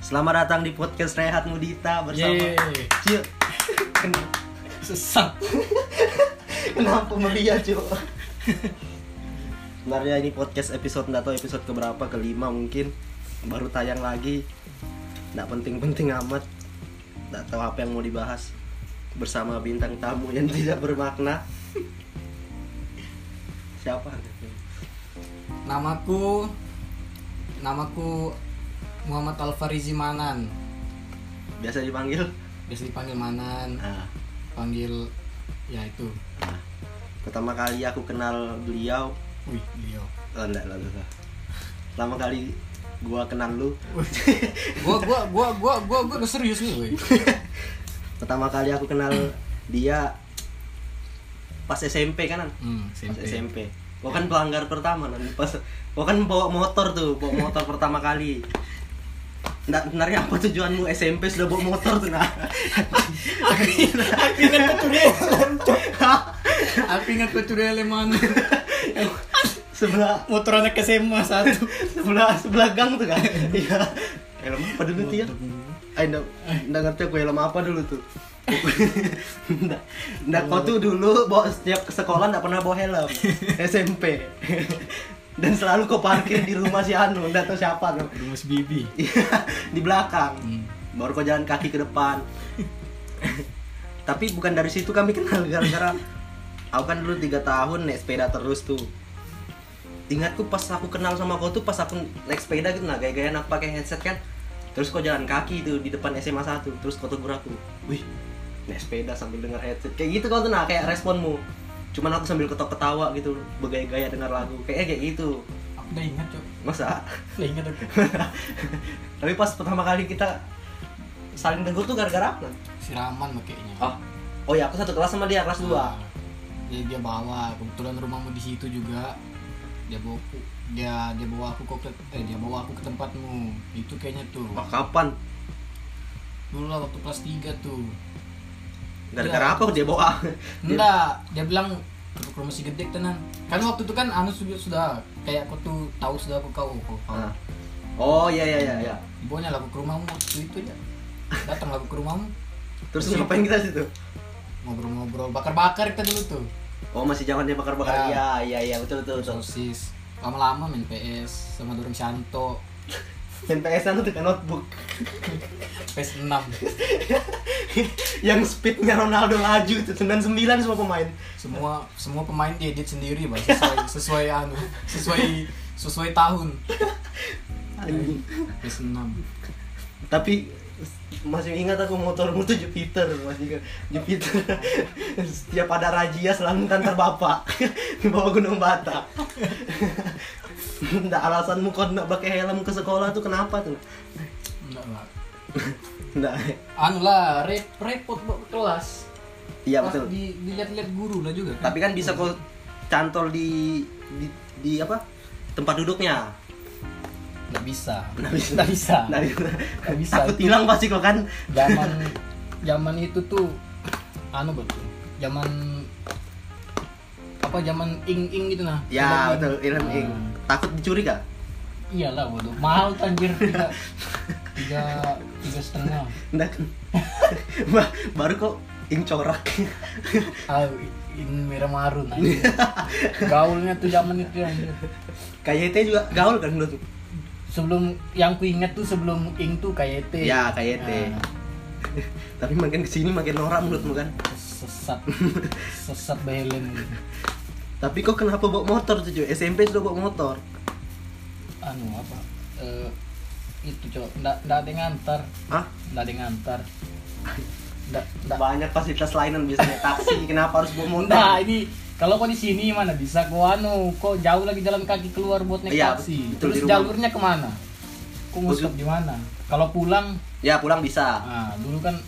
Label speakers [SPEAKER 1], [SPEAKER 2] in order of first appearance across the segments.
[SPEAKER 1] Selamat datang di podcast Rehat Mudita bersama
[SPEAKER 2] Yeay.
[SPEAKER 1] Cil. Ken-
[SPEAKER 2] Sesat.
[SPEAKER 1] Kenapa meriah Cil? Sebenarnya ini podcast episode nggak tahu episode keberapa kelima mungkin baru tayang lagi. Nggak penting-penting amat. Nggak tahu apa yang mau dibahas bersama bintang tamu yang tidak bermakna. Siapa?
[SPEAKER 2] Namaku namaku Muhammad Alfarizi Manan.
[SPEAKER 1] Biasa dipanggil?
[SPEAKER 2] Biasa dipanggil Manan,
[SPEAKER 1] Nah,
[SPEAKER 2] panggil ya itu.
[SPEAKER 1] nah. pertama kali aku kenal beliau
[SPEAKER 2] Wih, beliau.
[SPEAKER 1] Oh, enggak, enggak, enggak. Lama kali gua kenal lu.
[SPEAKER 2] Gua gua gua gua gua gua udah serius nih, weh.
[SPEAKER 1] Pertama kali aku kenal dia pas SMP kan, Nan?
[SPEAKER 2] Hmm,
[SPEAKER 1] Pas
[SPEAKER 2] SMP.
[SPEAKER 1] SMP. Gua kan pelanggar pertama Nan. Pas gua kan bawa motor tuh, bawa motor pertama kali. Nggak, sebenarnya apa tujuanmu SMP sudah bawa motor tuh, nah?
[SPEAKER 2] Aku ingat peturelan. Aku ingat peturelan mana.
[SPEAKER 1] sebelah
[SPEAKER 2] Motor anak SMA satu.
[SPEAKER 1] sebelah sebelah gang tuh kan. Iya. Helm apa dulu tuh ya? Eh, enggak, enggak ngerti aku helm apa dulu tuh. Enggak, enggak kau tuh dulu bawa setiap ke sekolah enggak pernah bawa helm. SMP. Dan selalu kau parkir di rumah si Anu, enggak tahu siapa tuh.
[SPEAKER 2] Aduh, Mas Bibi.
[SPEAKER 1] Iya, di belakang.
[SPEAKER 2] Hmm.
[SPEAKER 1] Baru kau jalan kaki ke depan. Tapi bukan dari situ kami kenal gara-gara aku kan dulu tiga tahun naik sepeda terus tuh. Ingatku pas aku kenal sama kau tuh pas aku naik sepeda gitu nah gaya-gayaan aku pakai headset kan. Terus kau jalan kaki tuh di depan SMA 1, terus kau tegur aku. Wih, naik sepeda sambil dengar headset. Kayak gitu kau tuh nah kayak responmu. Cuman aku sambil ketawa-ketawa gitu, bergaya-gaya dengar lagu. Kayaknya kayak gitu.
[SPEAKER 2] Aku udah ingat, Cok.
[SPEAKER 1] Masa?
[SPEAKER 2] Udah ingat aku.
[SPEAKER 1] Tapi pas pertama kali kita saling tegur tuh gara-gara apa?
[SPEAKER 2] Siraman makanya.
[SPEAKER 1] Oh, oh ya aku satu kelas sama dia kelas 2
[SPEAKER 2] Dia dia bawa kebetulan rumahmu di situ juga. Dia bawa aku, dia dia bawa aku ke eh, dia bawa aku ke tempatmu. Itu kayaknya tuh.
[SPEAKER 1] Wah Ah, kapan?
[SPEAKER 2] Dulu lah waktu kelas 3 tuh.
[SPEAKER 1] Gara-gara apa dia bawa? Dia-
[SPEAKER 2] Enggak, dia bilang ke ke rumah si gede tenan. Kan waktu itu kan anu sudah sudah kayak aku tuh tahu sudah aku kau kau. kau.
[SPEAKER 1] Ah. Oh iya iya iya. iya.
[SPEAKER 2] Dibawanya lah aku ke rumahmu waktu itu ya. Datang lah aku ke rumahmu
[SPEAKER 1] Terus ngapain kita situ?
[SPEAKER 2] ngobrol-ngobrol bakar-bakar kita dulu tuh.
[SPEAKER 1] Oh masih zaman dia bakar-bakar. Iya
[SPEAKER 2] Ya.
[SPEAKER 1] iya iya betul betul betul.
[SPEAKER 2] Sosis. Lama-lama main PS sama dorong Shanto.
[SPEAKER 1] Main PS-an tuh kan notebook
[SPEAKER 2] PS 6.
[SPEAKER 1] yang speednya Ronaldo maju tuh 99 semua pemain.
[SPEAKER 2] semua semua pemain diedit sendiri bah sesuai sesuai anu sesuai sesuai tahun
[SPEAKER 1] Anjing.
[SPEAKER 2] PS 6
[SPEAKER 1] Tapi masih ingat aku motormu tuh Jupiter masih ingat. Jupiter setiap ada razia selalu kantor bapak di bawah gunung bata ndak alasanmu kau ndak pakai helm ke sekolah tuh kenapa tuh
[SPEAKER 2] enggak lah
[SPEAKER 1] ndak
[SPEAKER 2] anu lah rep, repot bawa ke kelas
[SPEAKER 1] iya
[SPEAKER 2] Pas
[SPEAKER 1] betul
[SPEAKER 2] di, dilihat-lihat guru lah juga
[SPEAKER 1] tapi kan bisa kau cantol di di, di apa tempat duduknya
[SPEAKER 2] nggak bisa
[SPEAKER 1] Nggak bisa.
[SPEAKER 2] nggak bisa
[SPEAKER 1] Ndak
[SPEAKER 2] Ah. Nggak bisa.
[SPEAKER 1] takut hilang pasti kau kan
[SPEAKER 2] zaman zaman itu tuh anu betul zaman apa zaman ing ing gitu nah
[SPEAKER 1] ya
[SPEAKER 2] Zaman
[SPEAKER 1] betul helm
[SPEAKER 2] Nah.
[SPEAKER 1] ing takut dicuri kah
[SPEAKER 2] iyalah bodoh mahal tuh anjir tiga tiga tiga setengah
[SPEAKER 1] ndak Ba- baru kok ing corak
[SPEAKER 2] Ah, ini merah marun aja. Gaulnya tuh zaman itu anjir.
[SPEAKER 1] KYT juga gaul kan dulu tuh.
[SPEAKER 2] Sebelum yang ku inget tuh sebelum ing tuh KYT.
[SPEAKER 1] Ya, KYT.
[SPEAKER 2] Nah,
[SPEAKER 1] Tapi makin kesini makin norak menurutmu kan.
[SPEAKER 2] Ah, sesat. Sesat Belen.
[SPEAKER 1] Tapi kok kenapa bawa motor tuh cuy? SMP sudah bawa motor.
[SPEAKER 2] Anu apa? Eh itu cok, nggak nggak ada yang ngantar,
[SPEAKER 1] Hah?
[SPEAKER 2] nggak ada yang ngantar. Nggak nggak.
[SPEAKER 1] Banyak fasilitas lainan biasanya taksi. kenapa harus bawa motor?
[SPEAKER 2] Nah ini kalau kok di sini mana bisa kok anu kok jauh lagi jalan kaki keluar buat naik
[SPEAKER 1] Iya, betul,
[SPEAKER 2] taksi.
[SPEAKER 1] di
[SPEAKER 2] Terus
[SPEAKER 1] rumah.
[SPEAKER 2] jalurnya kemana? Kok ngusup di mana? Kalau pulang
[SPEAKER 1] Ya pulang bisa.
[SPEAKER 2] Ah, dulu kan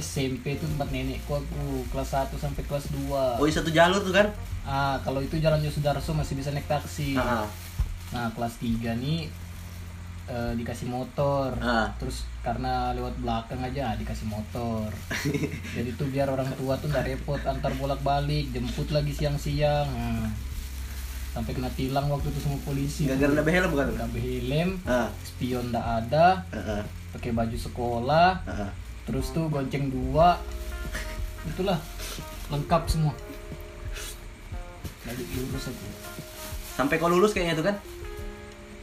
[SPEAKER 2] SMP itu tempat nenekku aku kelas 1 sampai kelas 2.
[SPEAKER 1] Oh, satu jalur tuh kan?
[SPEAKER 2] Ah, kalau itu jalan Yosudarso masih bisa naik taksi.
[SPEAKER 1] Heeh.
[SPEAKER 2] Nah, kelas 3 nih eh, dikasih motor.
[SPEAKER 1] Ah.
[SPEAKER 2] Terus karena lewat belakang aja ah, dikasih motor. Jadi tuh biar orang tua tuh nggak repot antar bolak-balik, jemput lagi siang-siang. Nah, Ah. sampai kena tilang waktu itu sama polisi
[SPEAKER 1] gara-gara udah behel bukan
[SPEAKER 2] udah helm
[SPEAKER 1] ah
[SPEAKER 2] spion ndak ada
[SPEAKER 1] ah, ah,
[SPEAKER 2] pakai baju sekolah
[SPEAKER 1] ah.
[SPEAKER 2] terus tuh gonceng dua itulah lengkap semua balik lurus aku
[SPEAKER 1] sampai kau lulus kayaknya tuh kan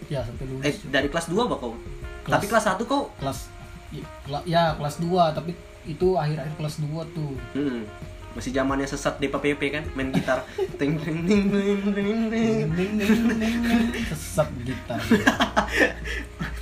[SPEAKER 2] ya sampai lulus
[SPEAKER 1] eh dari kelas 2 apa kau
[SPEAKER 2] Kelas-
[SPEAKER 1] tapi kelas 1 kau
[SPEAKER 2] kelas i- kela- ya kelas 2 tapi itu akhir-akhir kelas 2 tuh
[SPEAKER 1] hmm, masih zamannya sesat di PPP kan main gitar ting ting ting ting ting ting
[SPEAKER 2] sesat gitar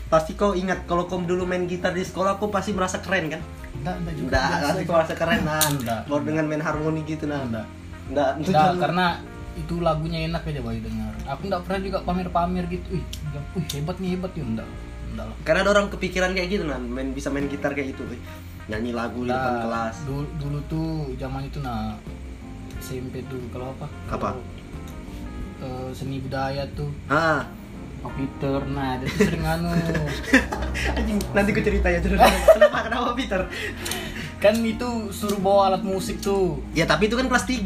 [SPEAKER 1] pasti kau ingat kalau kau dulu main gitar di sekolah kau pasti merasa keren kan
[SPEAKER 2] enggak enggak juga
[SPEAKER 1] Nggak,
[SPEAKER 2] biasa
[SPEAKER 1] pasti kau merasa keren nah
[SPEAKER 2] Nggak.
[SPEAKER 1] baru dengan main harmoni gitu nah
[SPEAKER 2] Nggak.
[SPEAKER 1] Nggak, itu
[SPEAKER 2] Nggak,
[SPEAKER 1] jangan-
[SPEAKER 2] karena itu lagunya enak aja bayu dengar aku enggak pernah juga pamer-pamer gitu ih enggak, wih, hebat nih hebat ya enggak enggak lah
[SPEAKER 1] karena ada orang kepikiran kayak gitu nah main bisa main gitar kayak gitu wih. nyanyi lagu di depan
[SPEAKER 2] Nah,
[SPEAKER 1] kelas
[SPEAKER 2] Dulu, dulu tuh zaman itu nah SMP tuh kalau apa?
[SPEAKER 1] Apa?
[SPEAKER 2] Kalau, eh, seni budaya tuh
[SPEAKER 1] ah
[SPEAKER 2] Pak Peter nah dia tuh sering anu
[SPEAKER 1] Anjing, nanti gue cerita ya terus kenapa kenapa Peter
[SPEAKER 2] kan itu suruh bawa alat musik tuh
[SPEAKER 1] ya tapi itu kan kelas 3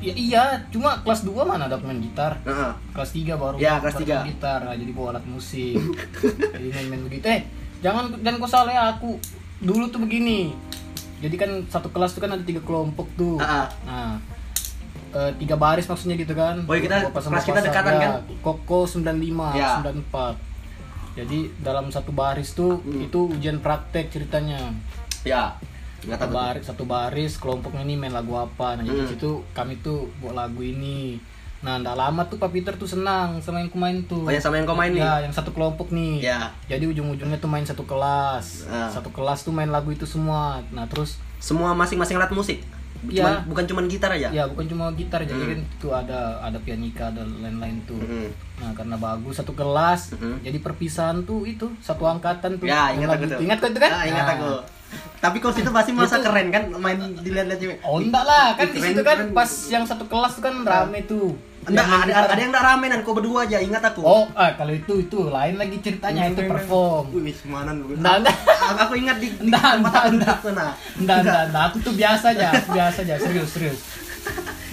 [SPEAKER 2] ya, iya cuma kelas 2 mana ada main gitar
[SPEAKER 1] Heeh.
[SPEAKER 2] kelas 3 baru
[SPEAKER 1] Ya, kelas
[SPEAKER 2] baru
[SPEAKER 1] tiga.
[SPEAKER 2] main gitar nah, jadi bawa alat musik jadi main-main begitu eh jangan dan kau salah ya aku dulu tuh begini jadi kan satu kelas tuh kan ada tiga kelompok tuh
[SPEAKER 1] Ah, ah.
[SPEAKER 2] nah eh, tiga baris maksudnya gitu kan
[SPEAKER 1] Oh, iya, kita-
[SPEAKER 2] Bapak sama
[SPEAKER 1] kelas kita
[SPEAKER 2] Pasar,
[SPEAKER 1] dekatan,
[SPEAKER 2] ya.
[SPEAKER 1] kan?
[SPEAKER 2] koko 95
[SPEAKER 1] Ya.
[SPEAKER 2] 94 jadi dalam satu baris tuh
[SPEAKER 1] Hmm.
[SPEAKER 2] itu ujian praktek ceritanya
[SPEAKER 1] ya nggak
[SPEAKER 2] satu
[SPEAKER 1] tahu
[SPEAKER 2] baris satu baris kelompoknya ini main lagu apa nah jadi
[SPEAKER 1] Hmm.
[SPEAKER 2] situ kami tuh buat lagu ini nah ndak lama tuh Pak Peter tuh senang sama yang kumain tuh
[SPEAKER 1] Oh, yang sama yang kau main nih?
[SPEAKER 2] ya yang satu kelompok nih
[SPEAKER 1] Ya.
[SPEAKER 2] jadi ujung-ujungnya tuh main satu kelas
[SPEAKER 1] Ah.
[SPEAKER 2] satu kelas tuh main lagu itu semua nah terus
[SPEAKER 1] semua masing-masing alat musik Cuman-
[SPEAKER 2] Iya.
[SPEAKER 1] bukan cuman gitar aja
[SPEAKER 2] ya bukan cuma gitar jadi
[SPEAKER 1] Hmm.
[SPEAKER 2] kan tuh ada ada pianika ada lain-lain tuh
[SPEAKER 1] Mhm.
[SPEAKER 2] nah karena bagus satu kelas
[SPEAKER 1] Mhm.
[SPEAKER 2] jadi perpisahan tuh itu satu angkatan tuh
[SPEAKER 1] ya
[SPEAKER 2] Main
[SPEAKER 1] ingat
[SPEAKER 2] lagu
[SPEAKER 1] aku tuh
[SPEAKER 2] itu. ingat kau itu kan
[SPEAKER 1] Ah, ingat
[SPEAKER 2] Nah.
[SPEAKER 1] aku tapi kau situ pasti merasa
[SPEAKER 2] Itu-
[SPEAKER 1] keren kan main dilihat-lihat cewek
[SPEAKER 2] Oh enggak lah, kan di
[SPEAKER 1] Keren,
[SPEAKER 2] situ kan
[SPEAKER 1] keren.
[SPEAKER 2] pas yang satu kelas tuh kan rame tuh.
[SPEAKER 1] Ah. Enggak,
[SPEAKER 2] Yang
[SPEAKER 1] ada,
[SPEAKER 2] gitar.
[SPEAKER 1] ada yang enggak rame dan kau berdua aja, ingat aku.
[SPEAKER 2] Oh, ah, kalau itu itu lain lagi ceritanya
[SPEAKER 1] Iya,
[SPEAKER 2] itu perform.
[SPEAKER 1] Wih, semanan gue.
[SPEAKER 2] Enggak, enggak.
[SPEAKER 1] Aku aku ingat di di
[SPEAKER 2] Enggak,
[SPEAKER 1] tempat
[SPEAKER 2] enggak,
[SPEAKER 1] aku duduk
[SPEAKER 2] enggak.
[SPEAKER 1] tuh, nah.
[SPEAKER 2] Enggak, enggak, enggak. Aku tuh biasa aja, aku biasa aja, serius, serius.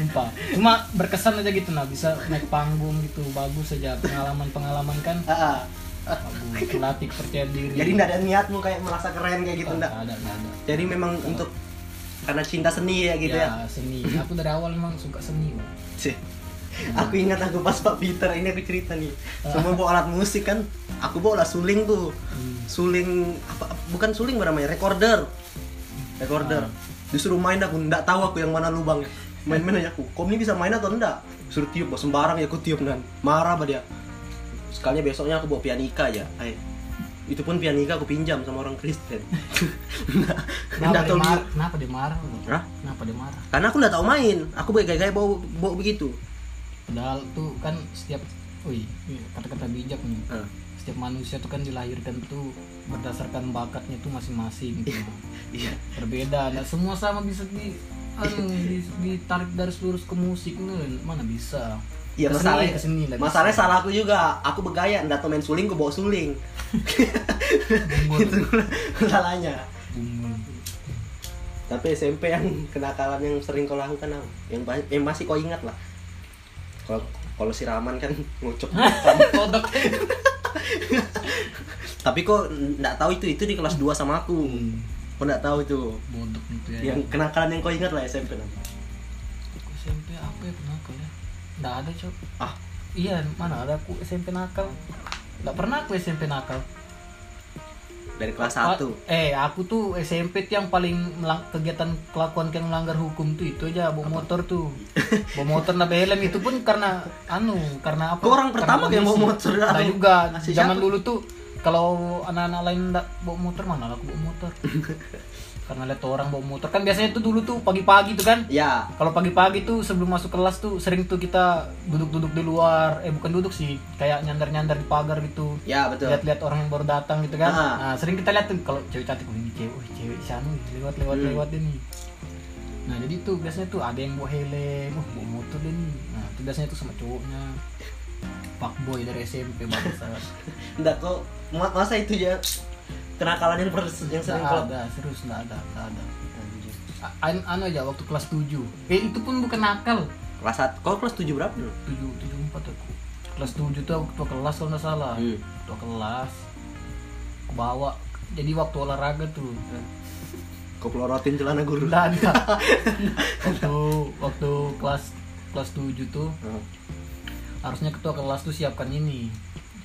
[SPEAKER 2] Sumpah. Cuma berkesan aja gitu nah, bisa naik panggung gitu, bagus aja pengalaman-pengalaman kan.
[SPEAKER 1] Heeh.
[SPEAKER 2] Bagus, pelatih percaya diri.
[SPEAKER 1] Jadi enggak ada niatmu kayak merasa keren kayak gitu enggak.
[SPEAKER 2] Enggak ada, enggak ada.
[SPEAKER 1] Jadi memang untuk karena cinta seni ya gitu
[SPEAKER 2] ya,
[SPEAKER 1] ya.
[SPEAKER 2] seni. Aku dari awal emang suka seni, Bang.
[SPEAKER 1] Cih. Aku ingat aku pas Pak Peter ini aku cerita nih. Semua bawa alat musik kan. Aku bawa alat suling tuh.
[SPEAKER 2] Hmm.
[SPEAKER 1] Suling apa bukan suling apa namanya? Recorder. Recorder. Disuruh main aku enggak tahu aku yang mana lubangnya. Main-main aja aku. Kom ini bisa main atau enggak? Suruh tiup bawa sembarang ya aku tiup dan marah bah dia. Sekalinya besoknya aku bawa pianika aja. Ay. Itu pun pianika aku pinjam sama orang Kristen. Nggak-
[SPEAKER 2] Kenapa
[SPEAKER 1] nggak
[SPEAKER 2] dia
[SPEAKER 1] tahu
[SPEAKER 2] marah?
[SPEAKER 1] dia-
[SPEAKER 2] Kenapa dia marah? Bang?
[SPEAKER 1] Hah?
[SPEAKER 2] Kenapa dia marah?
[SPEAKER 1] Karena aku enggak tahu main. Aku gaya-gaya bawa bawa begitu.
[SPEAKER 2] Padahal tuh kan setiap wih, iya, kata-kata bijak nih.
[SPEAKER 1] Nah.
[SPEAKER 2] Setiap manusia tuh kan dilahirkan tuh berdasarkan bakatnya tuh masing-masing gitu.
[SPEAKER 1] Iya.
[SPEAKER 2] Berbeda, nggak semua sama bisa di anu, di- ditarik dari seluruh ke musik nih, mana bisa.
[SPEAKER 1] Iya
[SPEAKER 2] Keseni,
[SPEAKER 1] masalahnya,
[SPEAKER 2] keseni, nggak bisa.
[SPEAKER 1] masalahnya salah aku juga. Aku bergaya, ndak tau main suling, gue bawa suling.
[SPEAKER 2] Bumbul.
[SPEAKER 1] Itu salahnya.
[SPEAKER 2] Bumbul.
[SPEAKER 1] Tapi SMP yang kenakalan yang sering kau lakukan apa? Yang, ba- yang masih kau ingat lah. Kalau kalau siraman kan ngocok.
[SPEAKER 2] Kodok.
[SPEAKER 1] Tapi kok ndak tahu itu itu di kelas 2 sama aku.
[SPEAKER 2] Hmm,
[SPEAKER 1] Kau ndak tahu itu.
[SPEAKER 2] Bodok gitu ya.
[SPEAKER 1] Yang kenakalan yang kau ingat lah SMP lah.
[SPEAKER 2] Aku SMP apa ya nakal ya? Nggak ada, Cok.
[SPEAKER 1] Ah,
[SPEAKER 2] Iya, mana ada aku SMP nakal. Nggak pernah aku SMP nakal.
[SPEAKER 1] dari kelas
[SPEAKER 2] Pa-
[SPEAKER 1] 1.
[SPEAKER 2] Eh, aku tuh SMP tuh yang paling melang- kegiatan kelakuan yang melanggar hukum tuh itu aja bawa motor tuh. bawa motor nabe helm itu pun karena anu, karena apa?
[SPEAKER 1] Kau orang pertama yang bawa motor. anu,
[SPEAKER 2] Nah, juga
[SPEAKER 1] Masih
[SPEAKER 2] zaman
[SPEAKER 1] siapa?
[SPEAKER 2] dulu tuh kalau anak-anak lain nggak bawa motor mana lah aku bawa motor. karena lihat orang bawa motor kan biasanya tuh dulu tuh pagi-pagi tuh kan
[SPEAKER 1] Ya,
[SPEAKER 2] kalau pagi-pagi tuh sebelum masuk kelas tuh sering tuh kita duduk-duduk di luar, eh bukan duduk sih, kayak nyandar-nyandar di pagar gitu
[SPEAKER 1] ya betul.
[SPEAKER 2] lihat-lihat orang yang baru datang gitu kan.
[SPEAKER 1] Ah.
[SPEAKER 2] Nah, sering kita lihat tuh kalau cewek cantik "Wih, ini cewek, wih, cewek sana lewat lewat
[SPEAKER 1] Hmm.
[SPEAKER 2] lewat ini. Nah, jadi tuh biasanya tuh ada yang bawa helm, wah bawa motor deh nih. Nah, itu biasanya tuh sama cowoknya. Pak boy dari SMP bangsa.
[SPEAKER 1] Ndak kok ma- masa itu ya kenakalan yang, pers- yang sering
[SPEAKER 2] Nggak
[SPEAKER 1] kau
[SPEAKER 2] ada, serius nggak ada, nggak ada.
[SPEAKER 1] Anjir.
[SPEAKER 2] A- an- anu aja waktu kelas 7. Eh, itu pun bukan nakal.
[SPEAKER 1] kelas satu kau kelas tujuh berapa dulu
[SPEAKER 2] tujuh tujuh empat aku kelas tujuh tuh aku ketua kelas kalau nggak salah
[SPEAKER 1] Hmm.
[SPEAKER 2] ketua kelas aku bawa jadi waktu olahraga tuh
[SPEAKER 1] kau pelorotin celana guru
[SPEAKER 2] udah ada waktu waktu kelas kelas tujuh tuh
[SPEAKER 1] Heeh.
[SPEAKER 2] harusnya ketua kelas tuh siapkan ini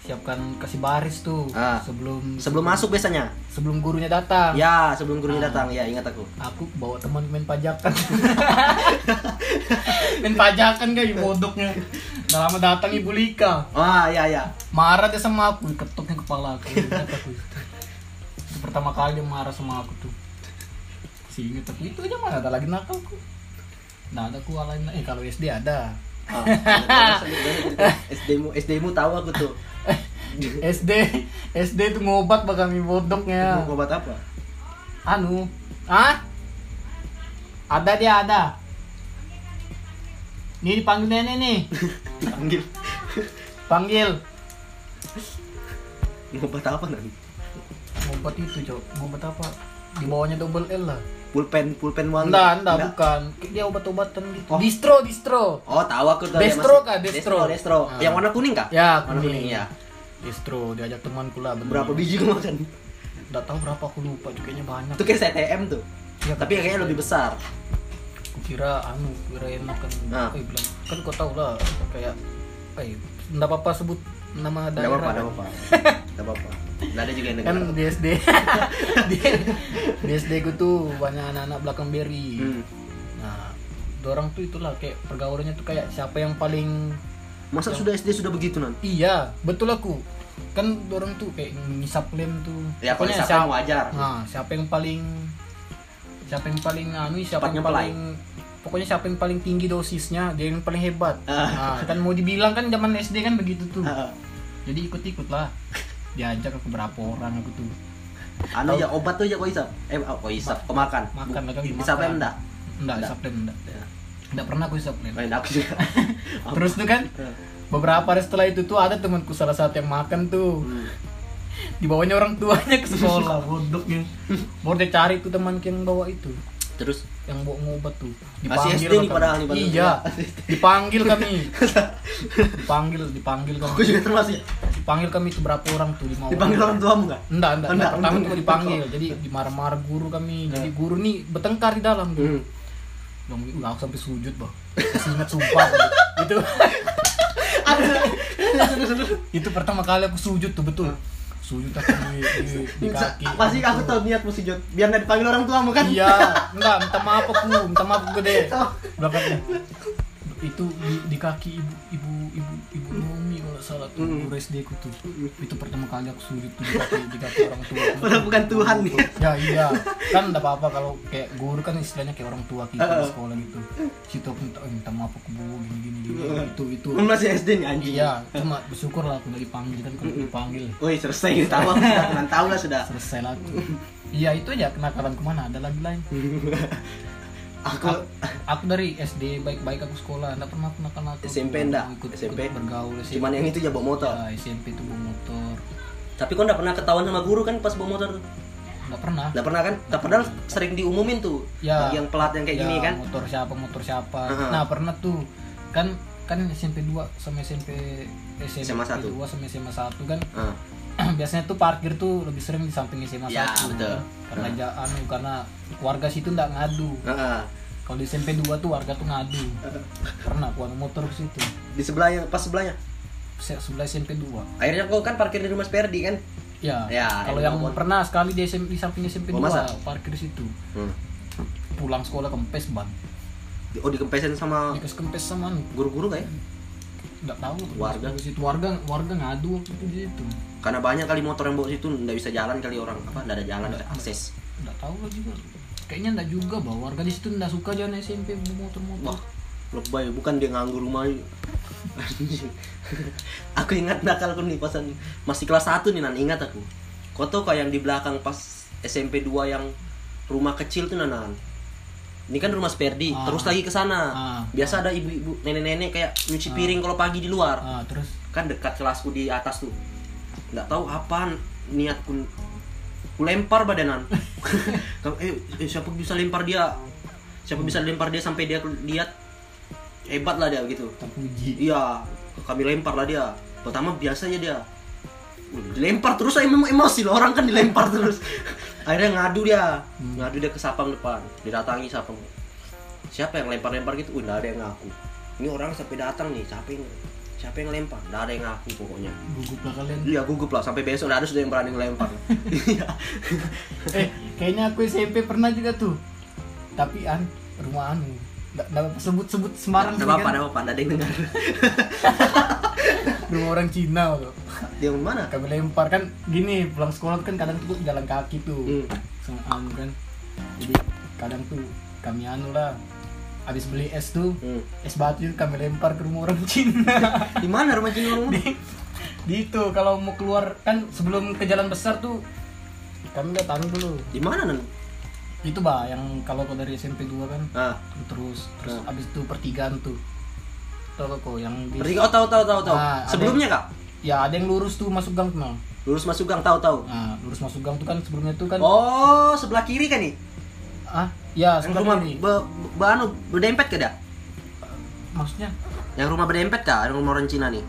[SPEAKER 2] siapkan kasih baris tuh
[SPEAKER 1] Ah.
[SPEAKER 2] sebelum
[SPEAKER 1] sebelum masuk biasanya
[SPEAKER 2] sebelum gurunya datang
[SPEAKER 1] ya sebelum gurunya datang ya ingat aku
[SPEAKER 2] aku bawa teman main pajakan main pajakan kayak bodoknya udah lama datang ibu Lika
[SPEAKER 1] wah ya ya
[SPEAKER 2] marah dia sama aku ketuknya kepala aku ingat aku itu pertama kali dia marah sama aku tuh sih inget aku itu aja mana ada lagi nakalku nah ada aku lain eh kalau SD ada
[SPEAKER 1] Ah, ingat aku, ingat aku. SD mu SD mu tahu aku tuh
[SPEAKER 2] SD SD itu ngobak bakal mi bodoknya
[SPEAKER 1] mau obat apa
[SPEAKER 2] anu ah ada dia ada nih dipanggil nenek nih
[SPEAKER 1] panggil
[SPEAKER 2] panggil
[SPEAKER 1] mau obat apa nanti
[SPEAKER 2] ngobat itu cok ngobat apa di bawahnya double L lah
[SPEAKER 1] pulpen pulpen wangi
[SPEAKER 2] enggak enggak
[SPEAKER 1] Nggak.
[SPEAKER 2] bukan dia obat-obatan gitu
[SPEAKER 1] Oh.
[SPEAKER 2] distro distro
[SPEAKER 1] oh tahu aku tuh yang
[SPEAKER 2] Destro
[SPEAKER 1] masih-
[SPEAKER 2] kah? Destro.
[SPEAKER 1] destro, destro.
[SPEAKER 2] Ah.
[SPEAKER 1] yang warna kuning kah
[SPEAKER 2] ya
[SPEAKER 1] warna kuning ya
[SPEAKER 2] distro diajak temanku lah bener.
[SPEAKER 1] berapa biji kau makan
[SPEAKER 2] nggak tahu berapa aku lupa juga kayaknya banyak
[SPEAKER 1] itu kayak CTM tuh
[SPEAKER 2] Iya,
[SPEAKER 1] tapi yang kayaknya lebih besar
[SPEAKER 2] aku kira anu kira enak kan
[SPEAKER 1] Nah.
[SPEAKER 2] Eh, bilang, kan kau tahu lah kayak eh enggak apa-apa sebut nama
[SPEAKER 1] Enggak
[SPEAKER 2] daerah
[SPEAKER 1] apa-apa, enggak apa-apa. Enggak apa-apa. Enggak ada juga yang dengar.
[SPEAKER 2] kan di SD di, di SD ku tuh banyak anak-anak belakang beri
[SPEAKER 1] Hmm.
[SPEAKER 2] nah dorang tuh itulah kayak pergaulannya tuh kayak siapa yang paling
[SPEAKER 1] Masa sudah SD sudah begitu, Nan?
[SPEAKER 2] iya betul aku kan dorang tuh kayak ngisap lem tuh
[SPEAKER 1] Ya, kalau
[SPEAKER 2] Pokoknya
[SPEAKER 1] siapa
[SPEAKER 2] siapa-
[SPEAKER 1] yang wajar.
[SPEAKER 2] nah siapa yang paling siapa yang paling anu siapa
[SPEAKER 1] Cepat
[SPEAKER 2] yang
[SPEAKER 1] nyemplai.
[SPEAKER 2] paling pokoknya siapa yang paling tinggi dosisnya dia yang paling hebat
[SPEAKER 1] Ah.
[SPEAKER 2] nah, kan mau dibilang kan zaman SD kan begitu tuh
[SPEAKER 1] Heeh.
[SPEAKER 2] jadi ikut-ikut lah diajak aku berapa orang aku tuh
[SPEAKER 1] anu ya obat tuh ya kau isap. Eh, oh, kau isap, kau makan.
[SPEAKER 2] Makan,
[SPEAKER 1] Bu-
[SPEAKER 2] makan,
[SPEAKER 1] Isap
[SPEAKER 2] makan.
[SPEAKER 1] em enggak?
[SPEAKER 2] enggak
[SPEAKER 1] Enggak.
[SPEAKER 2] isap lem enggak
[SPEAKER 1] Ya.
[SPEAKER 2] enggak pernah aku isap lem
[SPEAKER 1] Eh, enggak aku juga. Apa?
[SPEAKER 2] terus tuh kan
[SPEAKER 1] Heeh.
[SPEAKER 2] beberapa hari setelah itu tuh ada temanku salah satu yang makan tuh
[SPEAKER 1] Hmm.
[SPEAKER 2] dibawanya orang tuanya ke sekolah bodoknya baru dia cari tuh teman yang bawa itu
[SPEAKER 1] Terus
[SPEAKER 2] yang bawa ngobat tuh
[SPEAKER 1] Masih SD
[SPEAKER 2] lah
[SPEAKER 1] nih
[SPEAKER 2] kami.
[SPEAKER 1] padahal nih, padahal.
[SPEAKER 2] iya dipanggil kami dipanggil dipanggil
[SPEAKER 1] aku
[SPEAKER 2] kami
[SPEAKER 1] juga termasuk ya?
[SPEAKER 2] dipanggil kami itu berapa orang tuh lima
[SPEAKER 1] dipanggil orang tuamu enggak?
[SPEAKER 2] enggak enggak enggak
[SPEAKER 1] Enggak,
[SPEAKER 2] pertama
[SPEAKER 1] enggak.
[SPEAKER 2] tuh dipanggil jadi dimarah-marah guru kami jadi guru nih bertengkar di dalam tuh
[SPEAKER 1] Hmm.
[SPEAKER 2] Udah mungkin udah aku sampai sujud bang Masih ingat sumpah Itu Itu pertama kali aku sujud tuh betul
[SPEAKER 1] Hmm.
[SPEAKER 2] Sujud aku di, di, di kaki
[SPEAKER 1] Pasti aku tahu niat mesti jod. Biar enggak dipanggil orang tuamu kan?
[SPEAKER 2] Iya Enggak minta maaf aku Minta maaf aku gede Belakangnya itu di, di kaki ibu ibu ibu ibu Nomi kalau nggak salah tuh
[SPEAKER 1] Hmm.
[SPEAKER 2] guru SD ku tuh itu pertama kali aku sujud tuh di kaki, di kaki orang tua
[SPEAKER 1] Padahal bukan Tuhan nih.
[SPEAKER 2] ya iya kan enggak apa-apa kalau kayak guru kan istilahnya kayak orang tua kita di
[SPEAKER 1] Heeh.
[SPEAKER 2] sekolah gitu situ aku minta, "Eh, minta maaf aku bu gini gini gini itu itu
[SPEAKER 1] Lu masih SD nih anjing.
[SPEAKER 2] iya cuma bersyukur lah aku udah dipanggil kan kalau dipanggil
[SPEAKER 1] Woi, selesai nih tahu aku sudah kenal tahu lah sudah.
[SPEAKER 2] selesai lah aku iya itu aja kenakalan kemana ada lagi lain
[SPEAKER 1] Aku
[SPEAKER 2] aku, aku dari SD baik-baik aku sekolah enggak pernah kenakalan aku
[SPEAKER 1] SMP enggak?
[SPEAKER 2] ikut,
[SPEAKER 1] SMP?
[SPEAKER 2] ikut bergaul SMP
[SPEAKER 1] cuman yang itu ya bawa motor.
[SPEAKER 2] Ya, SMP tuh bawa motor
[SPEAKER 1] Tapi kau enggak pernah ketahuan sama guru kan pas bawa motor tuh?
[SPEAKER 2] enggak pernah
[SPEAKER 1] Nggak pernah kan? Nggak padahal sering diumumin tuh.
[SPEAKER 2] Ya.
[SPEAKER 1] Bagi yang pelat yang kayak
[SPEAKER 2] Ya,
[SPEAKER 1] gini kan.
[SPEAKER 2] motor siapa motor siapa
[SPEAKER 1] Heeh.
[SPEAKER 2] nah pernah tuh kan kan SMP 2 sama SMP SMP
[SPEAKER 1] SMA satu.
[SPEAKER 2] 2 sama SMA 1 kan
[SPEAKER 1] Ah,
[SPEAKER 2] biasanya tuh parkir tuh lebih sering di samping SMA 1
[SPEAKER 1] Ya, betul.
[SPEAKER 2] karena ja- anu, karena warga situ nggak ngadu
[SPEAKER 1] ah, ah.
[SPEAKER 2] kalau di SMP 2 tuh warga tuh ngadu pernah aku anu motor ke situ
[SPEAKER 1] Di sebelahnya, pas sebelahnya.
[SPEAKER 2] Se- sebelah SMP 2
[SPEAKER 1] Akhirnya kau kan parkir di rumah si Perdi kan?
[SPEAKER 2] ya,
[SPEAKER 1] Ya,
[SPEAKER 2] kalau
[SPEAKER 1] yang
[SPEAKER 2] yang
[SPEAKER 1] bawa-
[SPEAKER 2] pernah sekali di, SMP, di samping SMP 2
[SPEAKER 1] Bawa masa?
[SPEAKER 2] parkir di situ
[SPEAKER 1] Hmm.
[SPEAKER 2] pulang sekolah kempes ban
[SPEAKER 1] Oh dikempesin sama
[SPEAKER 2] dikes kempes sama anu,
[SPEAKER 1] guru-guru nggak ya?
[SPEAKER 2] nggak tahu tuh.
[SPEAKER 1] Warga.
[SPEAKER 2] Di situ warga warga ngadu waktu itu di situ
[SPEAKER 1] Karena banyak kali motor yang bawa situ nggak bisa jalan kali orang apa nggak ada jalan nggak ada akses.
[SPEAKER 2] nggak tahu lah juga kayaknya nggak juga bahwa warga di situ nggak suka jalan SMP bawa motor-motor
[SPEAKER 1] Wah lebay bukan dia nganggur rumah ini. Anjing. aku ingat nakalku nih pas masih kelas 1 nih nan ingat aku kau tau kau yang di belakang pas SMP 2 yang rumah kecil tuh nan, Nan? ini kan rumah Sperdi
[SPEAKER 2] Ah.
[SPEAKER 1] terus lagi ke sana
[SPEAKER 2] Ah.
[SPEAKER 1] biasa ada ibu-ibu nenek-nenek kayak nyuci piring kalau pagi di luar
[SPEAKER 2] ah terus
[SPEAKER 1] kan dekat kelasku di atas tuh nggak tahu apa niatku ku lempar badanan Kau- eh, eh, siapa bisa lempar dia siapa bisa lempar dia sampai dia lihat hebat lah dia gitu
[SPEAKER 2] terpuji
[SPEAKER 1] iya kami lempar lah dia pertama biasa aja dia dilempar terus saya memang emosi loh orang kan dilempar terus akhirnya ngadu dia
[SPEAKER 2] Hmm.
[SPEAKER 1] ngadu dia ke sapang depan didatangi sapang siapa yang lempar-lempar gitu udah ada yang ngaku ini orang sampai datang nih siapa yang siapa yang lempar nggak ada yang ngaku pokoknya
[SPEAKER 2] gugup lah kalian
[SPEAKER 1] Iya gugup lah sampai besok nggak ada sudah yang berani ngelempar. Iya.
[SPEAKER 2] eh kayaknya aku SMP pernah juga tuh tapi an rumah anu nggak sebut-sebut Semarang
[SPEAKER 1] Nggak
[SPEAKER 2] sih
[SPEAKER 1] apa-apa,
[SPEAKER 2] kan.
[SPEAKER 1] nggak apa-apa, nggak ada yang dengar.
[SPEAKER 2] rumah orang Cina tuh
[SPEAKER 1] Dia yang mana?
[SPEAKER 2] kami lempar kan gini pulang sekolah tuh kan kadang tuh jalan kaki tuh
[SPEAKER 1] Hmm.
[SPEAKER 2] sama anu kan jadi kadang tuh kami anu lah habis beli es tuh
[SPEAKER 1] Hmm.
[SPEAKER 2] es batu tuh kami lempar ke rumah orang Cina
[SPEAKER 1] Di mana rumah Cina orang?
[SPEAKER 2] di, di itu kalau mau keluar kan sebelum ke jalan besar tuh kami udah taruh dulu
[SPEAKER 1] Di mana nan?
[SPEAKER 2] itu bah yang kalau kau dari SMP 2 kan
[SPEAKER 1] Ah,
[SPEAKER 2] terus terus
[SPEAKER 1] Hmm.
[SPEAKER 2] abis itu pertigaan tuh tau kok yang di-
[SPEAKER 1] berarti oh tahu tahu tahu tahu.
[SPEAKER 2] Nah, ada-
[SPEAKER 1] Sebelumnya kak,
[SPEAKER 2] ya ada yang lurus tuh masuk gang tuh Mang.
[SPEAKER 1] lurus masuk gang tahu tahu.
[SPEAKER 2] nah lurus masuk gang tuh kan sebelumnya tuh kan
[SPEAKER 1] Oh sebelah kiri kan nih?
[SPEAKER 2] ah ya
[SPEAKER 1] Yang
[SPEAKER 2] sebelah
[SPEAKER 1] rumah
[SPEAKER 2] kiri.
[SPEAKER 1] be, be- anu, berdempet ke dah?
[SPEAKER 2] maksudnya
[SPEAKER 1] Yang rumah berdempet kak, yang rumah orang Cina nih.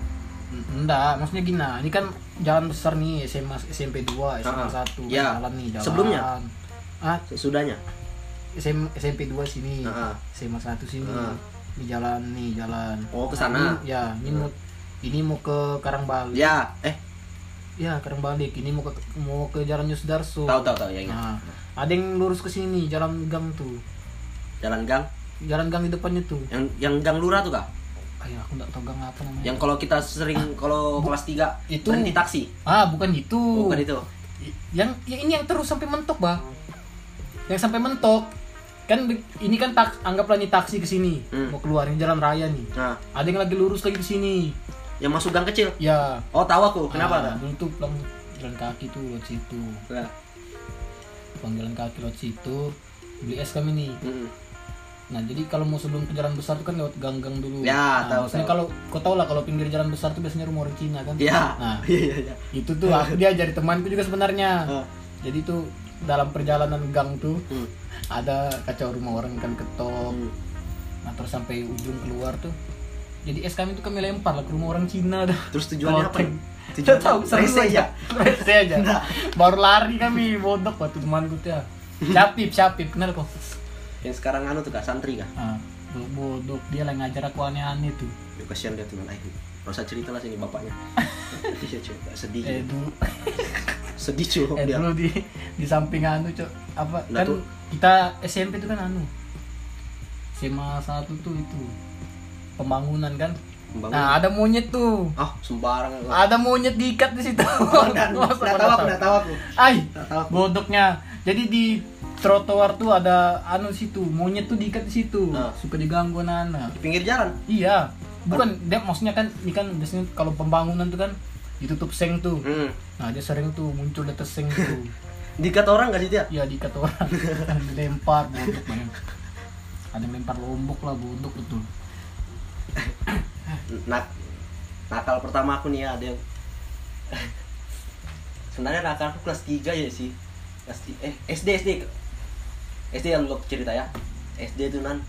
[SPEAKER 1] Hmm.
[SPEAKER 2] enggak maksudnya gini nah ini kan jalan besar nih SMA SMP 2 SMA
[SPEAKER 1] Ah,
[SPEAKER 2] 1
[SPEAKER 1] ya.
[SPEAKER 2] jalan nih jalan
[SPEAKER 1] Sebelumnya?
[SPEAKER 2] ah
[SPEAKER 1] Sesudahnya.
[SPEAKER 2] SM, SMP 2 sini
[SPEAKER 1] Ah, ah.
[SPEAKER 2] SMA 1 sini
[SPEAKER 1] Ah.
[SPEAKER 2] di jalan nih jalan
[SPEAKER 1] Oh, ke
[SPEAKER 2] Nah,
[SPEAKER 1] sana. Ah.
[SPEAKER 2] ini- ya ini mau ini mau ke Karangbali
[SPEAKER 1] Ya, eh
[SPEAKER 2] ya Karangbalik ini mau ke mau ke jalan Yusdarso
[SPEAKER 1] tahu tahu tahu ya ingat.
[SPEAKER 2] nah ada yang lurus ke sini jalan gang tuh
[SPEAKER 1] Jalan gang,
[SPEAKER 2] jalan gang di depannya tuh
[SPEAKER 1] yang yang gang lurah tuh kak.
[SPEAKER 2] ayo aku nggak tahu gang apa namanya
[SPEAKER 1] Yang kalau kita sering kalau kelas 3
[SPEAKER 2] itu.
[SPEAKER 1] berhenti taksi.
[SPEAKER 2] ah bukan itu
[SPEAKER 1] Oh, Bukan itu.
[SPEAKER 2] yang ya ini yang terus sampai mentok bah yang sampai mentok kan be- ini kan tak anggaplah ini taksi ke sini
[SPEAKER 1] Hmm.
[SPEAKER 2] mau keluar ini jalan raya nih
[SPEAKER 1] Nah,
[SPEAKER 2] ada yang lagi lurus lagi ke sini
[SPEAKER 1] yang masuk gang kecil.
[SPEAKER 2] ya
[SPEAKER 1] Oh tahu aku, kenapa?
[SPEAKER 2] ah,
[SPEAKER 1] Kak?
[SPEAKER 2] dulu tuh pulang jalan kaki tuh lewat situ
[SPEAKER 1] Nah,
[SPEAKER 2] pulang jalan kaki lewat situ beli es kami nih
[SPEAKER 1] mm.
[SPEAKER 2] nah jadi kalau mau sebelum ke jalan besar tuh kan lewat gang-gang dulu
[SPEAKER 1] Ya,
[SPEAKER 2] nah,
[SPEAKER 1] tahu,
[SPEAKER 2] maksudnya
[SPEAKER 1] tahu.
[SPEAKER 2] kalau kau tau lah kalau pinggir jalan besar tuh biasanya rumah orang Cina kan
[SPEAKER 1] Ya.
[SPEAKER 2] nah
[SPEAKER 1] Iya, iya, iya.
[SPEAKER 2] itu tuh aku dia jadi temanku juga sebenarnya
[SPEAKER 1] Ah.
[SPEAKER 2] jadi tuh dalam perjalanan gang tuh
[SPEAKER 1] Hmm.
[SPEAKER 2] ada kacau rumah orang kan ketok
[SPEAKER 1] Hmm.
[SPEAKER 2] nah terus sampai ujung keluar tuh jadi es kami tuh kami lempar lah ke rumah orang Cina dah
[SPEAKER 1] Terus tujuannya apa?
[SPEAKER 2] Keloteng.
[SPEAKER 1] Tujuannya
[SPEAKER 2] Nggak tahu seru
[SPEAKER 1] rese ya?
[SPEAKER 2] aja
[SPEAKER 1] aja.
[SPEAKER 2] rese aja
[SPEAKER 1] Nah.
[SPEAKER 2] baru lari kami bodoh waktu teman gue tuh ya capip capip kenal kok
[SPEAKER 1] Yang sekarang anu tuh kak santri kak.
[SPEAKER 2] ah, bodoh dia lagi ngajar aku aneh-aneh tuh
[SPEAKER 1] Ya, kasihan dia tuh Nan. Ayo, Gak usah cerita lah sini bapaknya. Iya cuy, nggak sedih.
[SPEAKER 2] eh dulu
[SPEAKER 1] Sedih cuy
[SPEAKER 2] eh
[SPEAKER 1] dia.
[SPEAKER 2] dulu di di samping anu cok apa
[SPEAKER 1] Nah,
[SPEAKER 2] kan
[SPEAKER 1] tuh.
[SPEAKER 2] kita SMP tuh kan anu SMA satu tuh itu pembangunan kan
[SPEAKER 1] Membangun.
[SPEAKER 2] nah ada monyet tuh
[SPEAKER 1] Ah, sembarang. Kak.
[SPEAKER 2] ada monyet diikat di situ
[SPEAKER 1] Oh, dan- nggak tahu aku, nggak tahu aku.
[SPEAKER 2] Ay,
[SPEAKER 1] Nggak tahu aku.
[SPEAKER 2] bodoknya. Jadi di trotoar tuh ada anu situ, monyet tuh diikat di situ.
[SPEAKER 1] Nah.
[SPEAKER 2] Suka diganggu anak
[SPEAKER 1] Di pinggir jalan.
[SPEAKER 2] Iya, bukan dia maksudnya kan ini kan biasanya kalau pembangunan tuh kan ditutup seng tuh.
[SPEAKER 1] Hmm.
[SPEAKER 2] Nah, dia sering tuh muncul di atas seng tuh.
[SPEAKER 1] Dikat orang nggak sih dia?
[SPEAKER 2] Iya, diikat orang, Ada yang dilempar bodok banyak. Ada yang lempar lombok lah bodok betul.
[SPEAKER 1] Nak nakal pertama aku nih ya, ada yang sebenarnya nakal aku kelas 3 ya sih kelas ti- eh SD SD SD yang lo cerita ya SD itu nan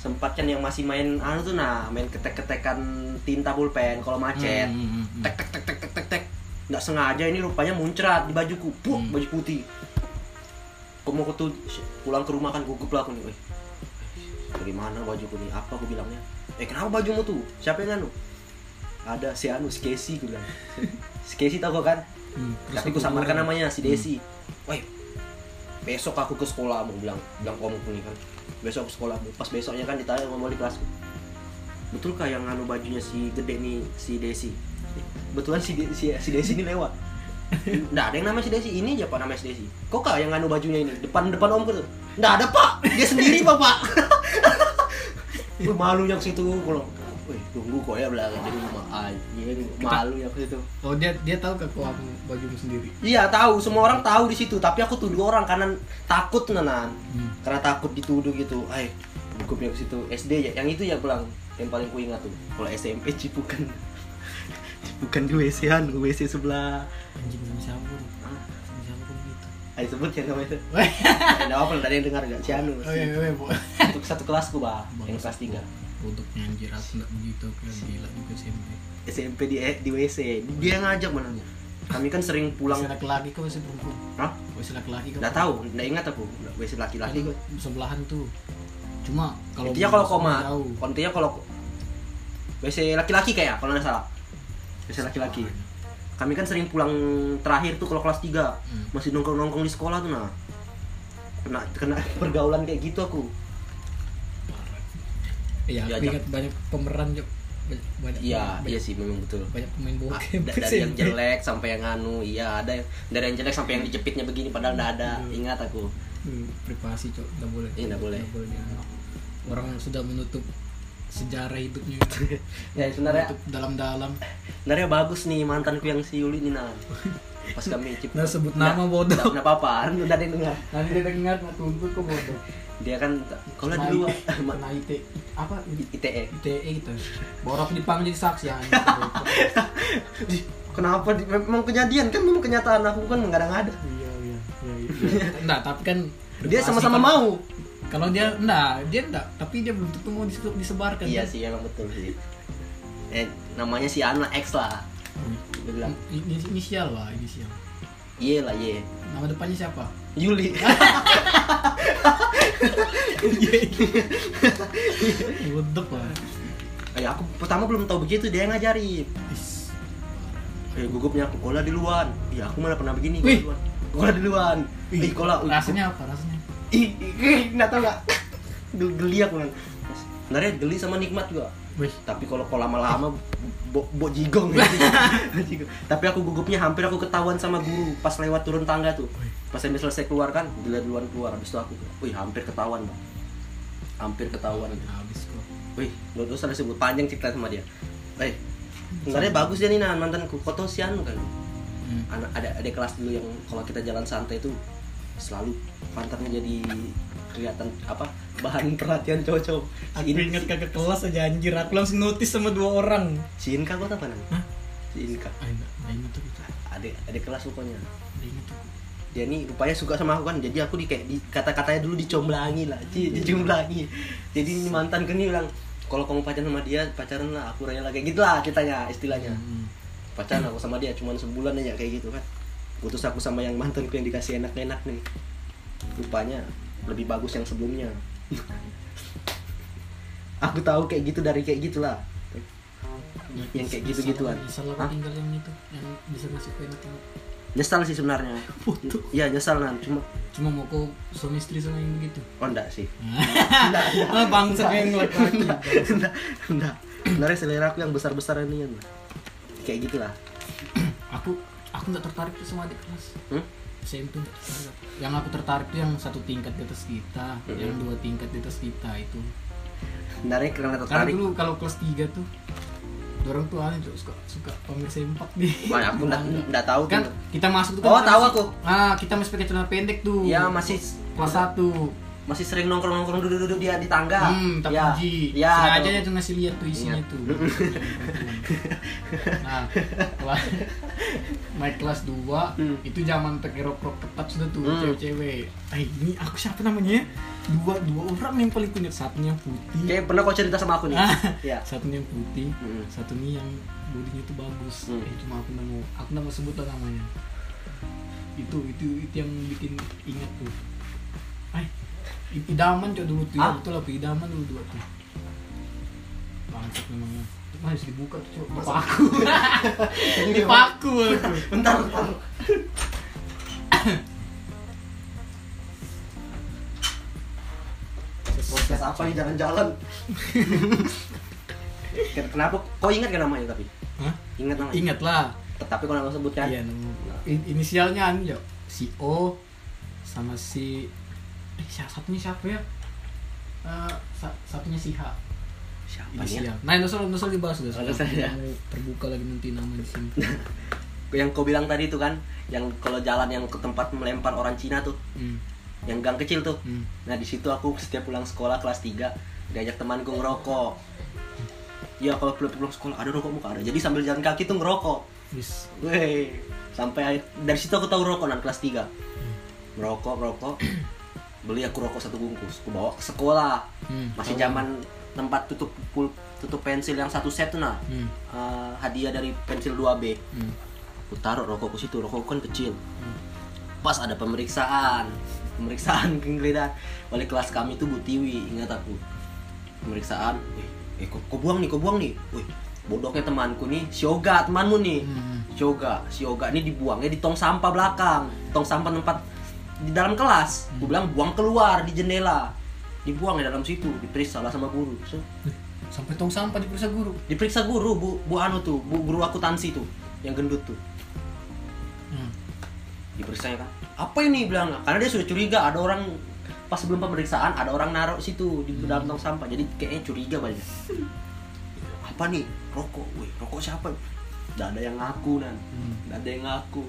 [SPEAKER 1] sempat kan yang masih main anu tuh nah main ketek ketekan tinta pulpen kalau macet
[SPEAKER 2] Hmm, hmm, hmm.
[SPEAKER 1] tek tek tek tek tek tek tek nggak sengaja ini rupanya muncrat di bajuku puh
[SPEAKER 2] Hmm.
[SPEAKER 1] baju putih kok mau kutu pulang ke rumah kan gugup lah aku nih "Wih, dari mana bajuku nih apa aku bilangnya eh kenapa bajumu tuh siapa yang anu ada si anu si Casey gue bilang si Casey tau kok kan
[SPEAKER 2] Hmm,
[SPEAKER 1] tapi aku
[SPEAKER 2] aku
[SPEAKER 1] samarkan
[SPEAKER 2] turun.
[SPEAKER 1] namanya si Desi woi besok aku ke sekolah mau bilang bilang ke omku nih kan besok ke sekolah pas besoknya kan ditanya sama wali kelasku betul kah yang anu bajunya si gede nih si Desi betulan si De- si, si Desi ini lewat Nggak ada yang namanya si Desi, ini aja pak namanya si Desi Kok kak yang anu bajunya ini? Depan-depan omku tuh Nggak ada pak, dia sendiri pak pak Gue malu yang situ, kalau Wih, tunggu kok ya belakang jadi rumah anjing Malu yang situ
[SPEAKER 2] Oh, dia dia tahu ke aku aku bajumu sendiri.
[SPEAKER 1] Iya tahu, semua orang tahu di situ. Tapi aku tuduh orang karena takut nenan,
[SPEAKER 2] Hmm.
[SPEAKER 1] karena takut dituduh gitu. Ay, gugupnya ke situ SD ya, yang itu ya pulang yang paling ku ingat tuh. Kalau SMP cipukan, cipukan di WC an, WC sebelah.
[SPEAKER 2] Anjing sama siapa? lu?
[SPEAKER 1] Ah,
[SPEAKER 2] Sama siapa kok begitu?
[SPEAKER 1] Ayo sebut ya namanya. Nah, Ada apa? Ada yang dengar gak? Cianu.
[SPEAKER 2] Oh iya, iya, iya, Bu.
[SPEAKER 1] Satu, satu kelasku bah, yang kelas tiga.
[SPEAKER 2] produknya anjir aku nggak begitu aku yang gila juga SMP
[SPEAKER 1] SMP di E, di WC dia yang ngajak mananya kami kan sering pulang
[SPEAKER 2] masih laki-laki kok masih perempuan
[SPEAKER 1] Hah?
[SPEAKER 2] masih laki-laki kok
[SPEAKER 1] nggak tahu nggak ingat aku WC laki-laki kok
[SPEAKER 2] sebelahan tuh cuma kalau
[SPEAKER 1] intinya kalau
[SPEAKER 2] mau
[SPEAKER 1] koma
[SPEAKER 2] jauh.
[SPEAKER 1] intinya kalau WC laki-laki kayak kalau nggak salah WC laki-laki kami kan sering pulang terakhir tuh kalau kelas 3
[SPEAKER 2] Hmm.
[SPEAKER 1] masih nongkrong nongkrong di sekolah tuh nah kena kena pergaulan kayak gitu aku
[SPEAKER 2] Iya, aku
[SPEAKER 1] Diajak.
[SPEAKER 2] ingat banyak pemeran Jok. Banyak, banyak
[SPEAKER 1] iya
[SPEAKER 2] banyak,
[SPEAKER 1] iya sih memang betul
[SPEAKER 2] banyak pemain Iya,
[SPEAKER 1] Ah,
[SPEAKER 2] bokep
[SPEAKER 1] da- dari yang jelek sampai yang anu iya ada yang dari yang jelek sampai yang dijepitnya begini padahal nggak ada ingat aku
[SPEAKER 2] Hmm, privasi cok nggak boleh
[SPEAKER 1] Iya, nggak boleh.
[SPEAKER 2] dianggap. orang yang sudah menutup sejarah hidupnya
[SPEAKER 1] ya sebenarnya
[SPEAKER 2] menutup dalam-dalam
[SPEAKER 1] sebenarnya bagus nih mantanku yang si Yuli nih nah pas kami cip
[SPEAKER 2] nah sebut nama bodoh
[SPEAKER 1] nggak apa-apa udah dengar
[SPEAKER 2] nanti dia dengar nggak tuntut kok bodoh
[SPEAKER 1] dia kan kalau
[SPEAKER 2] Kena
[SPEAKER 1] dulu
[SPEAKER 2] IT, kena IT apa
[SPEAKER 1] ITE
[SPEAKER 2] ITE gitu borok dipanggil jadi saksi ya
[SPEAKER 1] Ih, kenapa di- memang kejadian kan memang kenyataan aku kan nggak ada nggak ada
[SPEAKER 2] iya iya iya iya nah tapi kan
[SPEAKER 1] dia
[SPEAKER 2] privasi
[SPEAKER 1] sama-sama
[SPEAKER 2] kan.
[SPEAKER 1] mau
[SPEAKER 2] kalau dia enggak dia enggak tapi dia belum tentu mau dise- disebarkan
[SPEAKER 1] iya
[SPEAKER 2] kan?
[SPEAKER 1] sih emang betul sih eh namanya si Ana X lah dia bilang
[SPEAKER 2] I- ini- inisial lah inisial
[SPEAKER 1] iya lah iya
[SPEAKER 2] nama depannya siapa
[SPEAKER 1] Yuli
[SPEAKER 2] Godok lah
[SPEAKER 1] Eh, aku pertama belum tahu begitu dia yang ngajarin
[SPEAKER 2] Is.
[SPEAKER 1] Eh, gugupnya aku kola di luar. Iya, aku mana pernah begini kola
[SPEAKER 2] Wih.
[SPEAKER 1] di luar. Kola di luar. Ih, kola. ih,
[SPEAKER 2] rasanya apa rasanya
[SPEAKER 1] Ih, ih, ih, nggak tahu nggak? Duh, Geli aku kan. Sebenarnya geli sama nikmat juga.
[SPEAKER 2] wih
[SPEAKER 1] Tapi kalau kola lama-lama bo, bo jigong. ya. Jigong. Tapi aku gugupnya hampir aku ketahuan sama guru pas lewat turun tangga tuh. Pas sampai selesai keluar kan, dia duluan keluar. Habis itu aku, wih hampir ketahuan, Bang. Hampir ketahuan.
[SPEAKER 2] habis kok
[SPEAKER 1] Wih, nggak usah disebut panjang cerita sama dia. Eh, sebenarnya bagus dia nih nah, mantanku. Koto Sianu kan
[SPEAKER 2] hmm.
[SPEAKER 1] anak ada ada kelas dulu yang kalau kita jalan santai itu selalu pantatnya jadi kelihatan apa bahan perhatian cowok-cowok si
[SPEAKER 2] aku
[SPEAKER 1] ini
[SPEAKER 2] ingat kakak kelas aja anjir aku langsung notice sama dua orang
[SPEAKER 1] si Inka kau tahu apa namanya
[SPEAKER 2] Hah?
[SPEAKER 1] si Inka
[SPEAKER 2] ah enggak enggak ingat tuh itu
[SPEAKER 1] ada ada kelas pokoknya
[SPEAKER 2] enggak ingat tuh
[SPEAKER 1] dia nih rupanya suka sama aku kan jadi aku di kayak di kata-katanya dulu dicomblangi lah di, dicomblangi jadi ini mantan kini bilang kalau kamu pacaran sama dia pacaran lah aku rela kayak gitu lah ceritanya istilahnya
[SPEAKER 2] Hmm.
[SPEAKER 1] pacaran aku sama dia cuman sebulan aja kayak gitu kan putus aku sama yang mantanku yang dikasih enak-enak nih rupanya lebih bagus yang sebelumnya aku tahu kayak gitu dari kayak gitulah yang kayak gitu-gituan
[SPEAKER 2] Nyesel aku
[SPEAKER 1] Hah?
[SPEAKER 2] tinggal yang itu yang bisa ngasih kue enak
[SPEAKER 1] nyesal sih sebenarnya
[SPEAKER 2] foto
[SPEAKER 1] iya nyesal nan cuma
[SPEAKER 2] cuma mau kau suami istri sama yang begitu
[SPEAKER 1] oh enggak sih
[SPEAKER 2] ah bangsa yang laki-laki
[SPEAKER 1] enggak enggak sebenarnya selera aku yang besar-besar ini kan kayak gitulah
[SPEAKER 2] aku aku nggak tertarik tuh sama adik kelas
[SPEAKER 1] hmm?
[SPEAKER 2] SMP nggak tertarik. yang aku tertarik tuh yang satu tingkat di atas kita
[SPEAKER 1] Mm-hmm.
[SPEAKER 2] yang dua tingkat di atas kita itu
[SPEAKER 1] sebenarnya karena
[SPEAKER 2] karena
[SPEAKER 1] tertarik
[SPEAKER 2] dulu kalau kelas 3 tuh dorong tuh aneh tuh suka suka pamer sempak deh
[SPEAKER 1] Wah, aku enggak, enggak tahu
[SPEAKER 2] kan
[SPEAKER 1] tuh.
[SPEAKER 2] kita masuk tuh kan
[SPEAKER 1] Oh,
[SPEAKER 2] kita
[SPEAKER 1] tahu
[SPEAKER 2] masih-
[SPEAKER 1] aku.
[SPEAKER 2] ah kita masih pakai celana pendek tuh
[SPEAKER 1] ya masih
[SPEAKER 2] kelas 1
[SPEAKER 1] masih sering nongkrong nongkrong duduk duduk dia di tangga
[SPEAKER 2] Hmm, tak
[SPEAKER 1] ya
[SPEAKER 2] puji.
[SPEAKER 1] ya
[SPEAKER 2] Sengaja
[SPEAKER 1] tuh.
[SPEAKER 2] dia tuh ngasih lihat tuh isinya
[SPEAKER 1] Iya.
[SPEAKER 2] tuh. nah, kelas, naik kelas 2
[SPEAKER 1] Hmm.
[SPEAKER 2] itu zaman pakai rok-rok ketat sudah tuh
[SPEAKER 1] Hmm.
[SPEAKER 2] cewek-cewek. Eh, ini aku siapa namanya? Dua dua orang yang paling kunyit, satunya yang putih.
[SPEAKER 1] Oke, pernah kau cerita sama aku nih.
[SPEAKER 2] Ah.
[SPEAKER 1] ya.
[SPEAKER 2] Satunya yang putih,
[SPEAKER 1] Hmm.
[SPEAKER 2] satu nih yang bodinya tuh bagus.
[SPEAKER 1] Hmm.
[SPEAKER 2] Eh, cuma aku nggak mau aku nggak mau sebut lah namanya. Itu itu itu yang bikin ingat tuh. Eh, idaman cok dulu tuh,
[SPEAKER 1] Ah?
[SPEAKER 2] ya, betul lah idaman dulu dua tuh. Bangsat memangnya. Cuma harus dibuka tuh cok. Dipaku. Dipaku aku.
[SPEAKER 1] Bentar, bentar. Podcast apa nih jalan-jalan? Ken- Kenapa? Kau ingat kan namanya tapi?
[SPEAKER 2] Hah?
[SPEAKER 1] Ingat namanya.
[SPEAKER 2] Ingat lah.
[SPEAKER 1] Tetapi kau nggak mau sebutkan.
[SPEAKER 2] Iya, nemu. In- inisialnya anu ya, si O sama si eh, si- satunya siapa ya? Eh, sa- satunya si H.
[SPEAKER 1] Siapa nih? ya?
[SPEAKER 2] Inisial. Nah, nggak usah nggak usah dibahas udah.
[SPEAKER 1] Nggak usah,
[SPEAKER 2] Aku
[SPEAKER 1] ya. Nah.
[SPEAKER 2] mau terbuka lagi nanti nama di sini.
[SPEAKER 1] Yang kau bilang tadi itu kan, yang kalau jalan yang ke tempat melempar orang Cina tuh,
[SPEAKER 2] Hmm,
[SPEAKER 1] yang gang kecil tuh.
[SPEAKER 2] hmm.
[SPEAKER 1] Nah di situ aku setiap pulang sekolah kelas 3 diajak temanku ngerokok. Ya kalau pulang pulang sekolah ada rokok muka ada. Jadi sambil jalan kaki tuh ngerokok.
[SPEAKER 2] Wis.
[SPEAKER 1] Weh, sampai akhir- dari situ aku tahu rokok nan kelas 3. Merokok, merokok. Beli aku rokok satu bungkus, aku bawa ke sekolah.
[SPEAKER 2] Hmm,
[SPEAKER 1] Masih
[SPEAKER 2] tahu.
[SPEAKER 1] zaman tempat tutup pul- tutup pensil yang satu set tuh nah
[SPEAKER 2] Hmm.
[SPEAKER 1] Eh, hadiah dari pensil 2B
[SPEAKER 2] Hmm.
[SPEAKER 1] aku taruh rokokku situ rokok kan kecil pas ada pemeriksaan pemeriksaan penggeledahan wali kelas kami itu Bu Tiwi ingat aku pemeriksaan eh, eh kok, kok buang nih kok buang nih wih bodohnya temanku nih Shoga temanmu nih
[SPEAKER 2] Hmm.
[SPEAKER 1] Shoga Shoga ini dibuangnya di tong sampah belakang tong sampah tempat di dalam kelas aku bilang buang keluar di jendela dibuang di dalam situ diperiksa lah sama guru So,
[SPEAKER 2] Wih, Sampai tong sampah diperiksa guru.
[SPEAKER 1] diperiksa guru bu bu anu tuh bu guru akuntansi tuh yang gendut tuh
[SPEAKER 2] Hmm.
[SPEAKER 1] diperiksa ya, kan apa ini bilang karena dia sudah curiga ada orang pas sebelum pemeriksaan ada orang naruh situ
[SPEAKER 2] Hmm.
[SPEAKER 1] di dalam tong sampah jadi kayaknya curiga banyak apa nih rokok weh rokok siapa nggak ada yang ngaku nan
[SPEAKER 2] Hmm.
[SPEAKER 1] nggak ada yang ngaku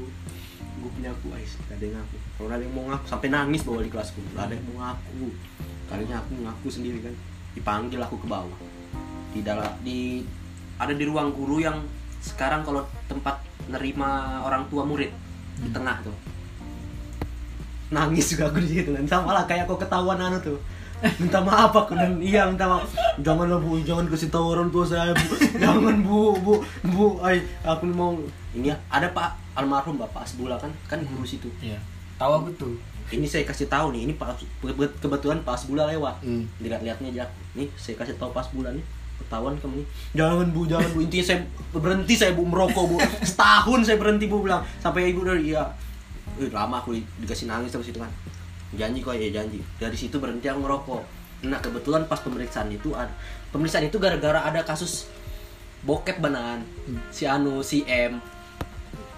[SPEAKER 1] gue punya aku guys nggak ada yang ngaku kalau ada yang mau ngaku sampai nangis bawa di kelasku nggak ada yang mau ngaku kalinya aku ngaku sendiri kan dipanggil aku ke bawah di dalam di ada di ruang guru yang sekarang kalau tempat nerima orang tua murid di
[SPEAKER 2] Hmm.
[SPEAKER 1] tengah tuh nangis juga aku di situ dan sama lah kayak aku ketahuan anu tuh minta maaf aku dan iya minta maaf jangan lah bu jangan kasih tahu orang tua saya bu jangan bu bu bu ay aku mau ini ya, ada pak almarhum bapak Asbula kan kan guru situ
[SPEAKER 2] Iya. Tahu aku tuh.
[SPEAKER 1] ini saya kasih tahu nih ini pak ke- kebetulan pas bulan lewat
[SPEAKER 2] Hmm.
[SPEAKER 1] dilihat-lihatnya aja nih saya kasih tahu pas bulan nih ketahuan kamu nih jangan bu jangan bu intinya saya berhenti saya bu merokok bu setahun saya berhenti bu bilang sampai ibu dari iya Wih, lama aku di- dikasih nangis terus itu kan janji kok ya janji dari situ berhenti aku ngerokok nah kebetulan pas pemeriksaan itu ada pemeriksaan itu gara-gara ada kasus bokep benan si Anu si M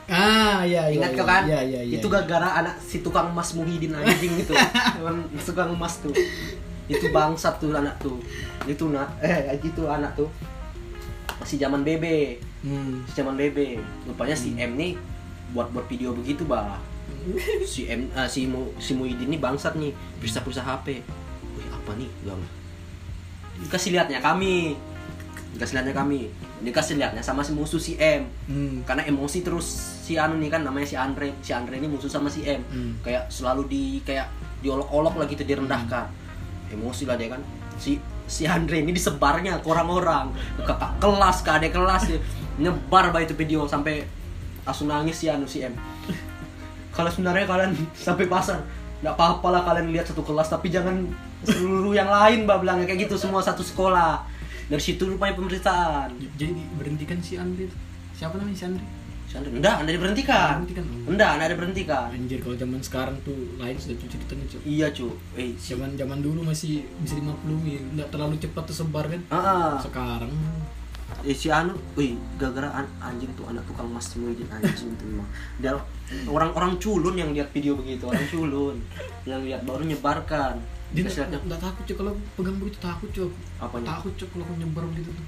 [SPEAKER 2] Ah, iya iya.
[SPEAKER 1] Ingat
[SPEAKER 2] iya,
[SPEAKER 1] kau kan?
[SPEAKER 2] Iya iya iya.
[SPEAKER 1] itu gara-gara anak si tukang emas Muhyiddin anjing itu. Orang tukang emas tuh. Itu bangsat tuh anak tuh. Itu nak eh itu anak tuh. Masih zaman BB.
[SPEAKER 2] Hmm.
[SPEAKER 1] Masih zaman BB. Rupanya si M nih buat buat video begitu, Bah. Si M ah, si Mu, si Muhyiddin nih bangsat nih, periksa-periksa HP. Wih, apa nih? Bang. Dikasih lihatnya kami. Dikasih lihatnya kami. Dikasih lihatnya sama si musuh si M
[SPEAKER 2] Hmm.
[SPEAKER 1] karena emosi terus si Anu nih kan namanya si Andre si Andre ini musuh sama si M
[SPEAKER 2] Hmm.
[SPEAKER 1] kayak selalu di kayak diolok-olok lah gitu direndahkan emosi lah dia kan si si Andre ini disebarnya ke orang-orang ke kakak kelas ke adik kelas dia nyebar bah itu video sampai langsung nangis si Anu si M kalau sebenarnya kalian sampai pasar nggak apa-apa lah kalian lihat satu kelas tapi jangan seluruh yang lain bah bilangnya kayak gitu semua satu sekolah dari situ rupanya pemeriksaan
[SPEAKER 2] Jadi berhentikan si Andri. Siapa namanya si Andri?
[SPEAKER 1] Si Andre, enggak, anda diberhentikan.
[SPEAKER 2] Diberhentikan, oh.
[SPEAKER 1] Enggak, anda diberhentikan.
[SPEAKER 2] Anjir kalau zaman sekarang tuh lain sudah tuh ceritanya cuy.
[SPEAKER 1] Iya, cu. Eh, si-
[SPEAKER 2] Zaman zaman dulu masih bisa 50 mil, nggak terlalu cepat tersebar kan.
[SPEAKER 1] Ah, ah.
[SPEAKER 2] Sekarang
[SPEAKER 1] eh, si Anu, wih, gara-gara an- anjing tuh anak tukang mas Muhyiddin anjing tuh emang. Dia orang-orang culun yang lihat video begitu, orang culun yang lihat baru nyebarkan.
[SPEAKER 2] dia
[SPEAKER 1] Dia
[SPEAKER 2] nggak
[SPEAKER 1] silatnya-
[SPEAKER 2] nggak takut cuy kalau pegang begitu takut cuy.
[SPEAKER 1] Apanya?
[SPEAKER 2] Takut cuy kalau aku nyebar begitu tuh.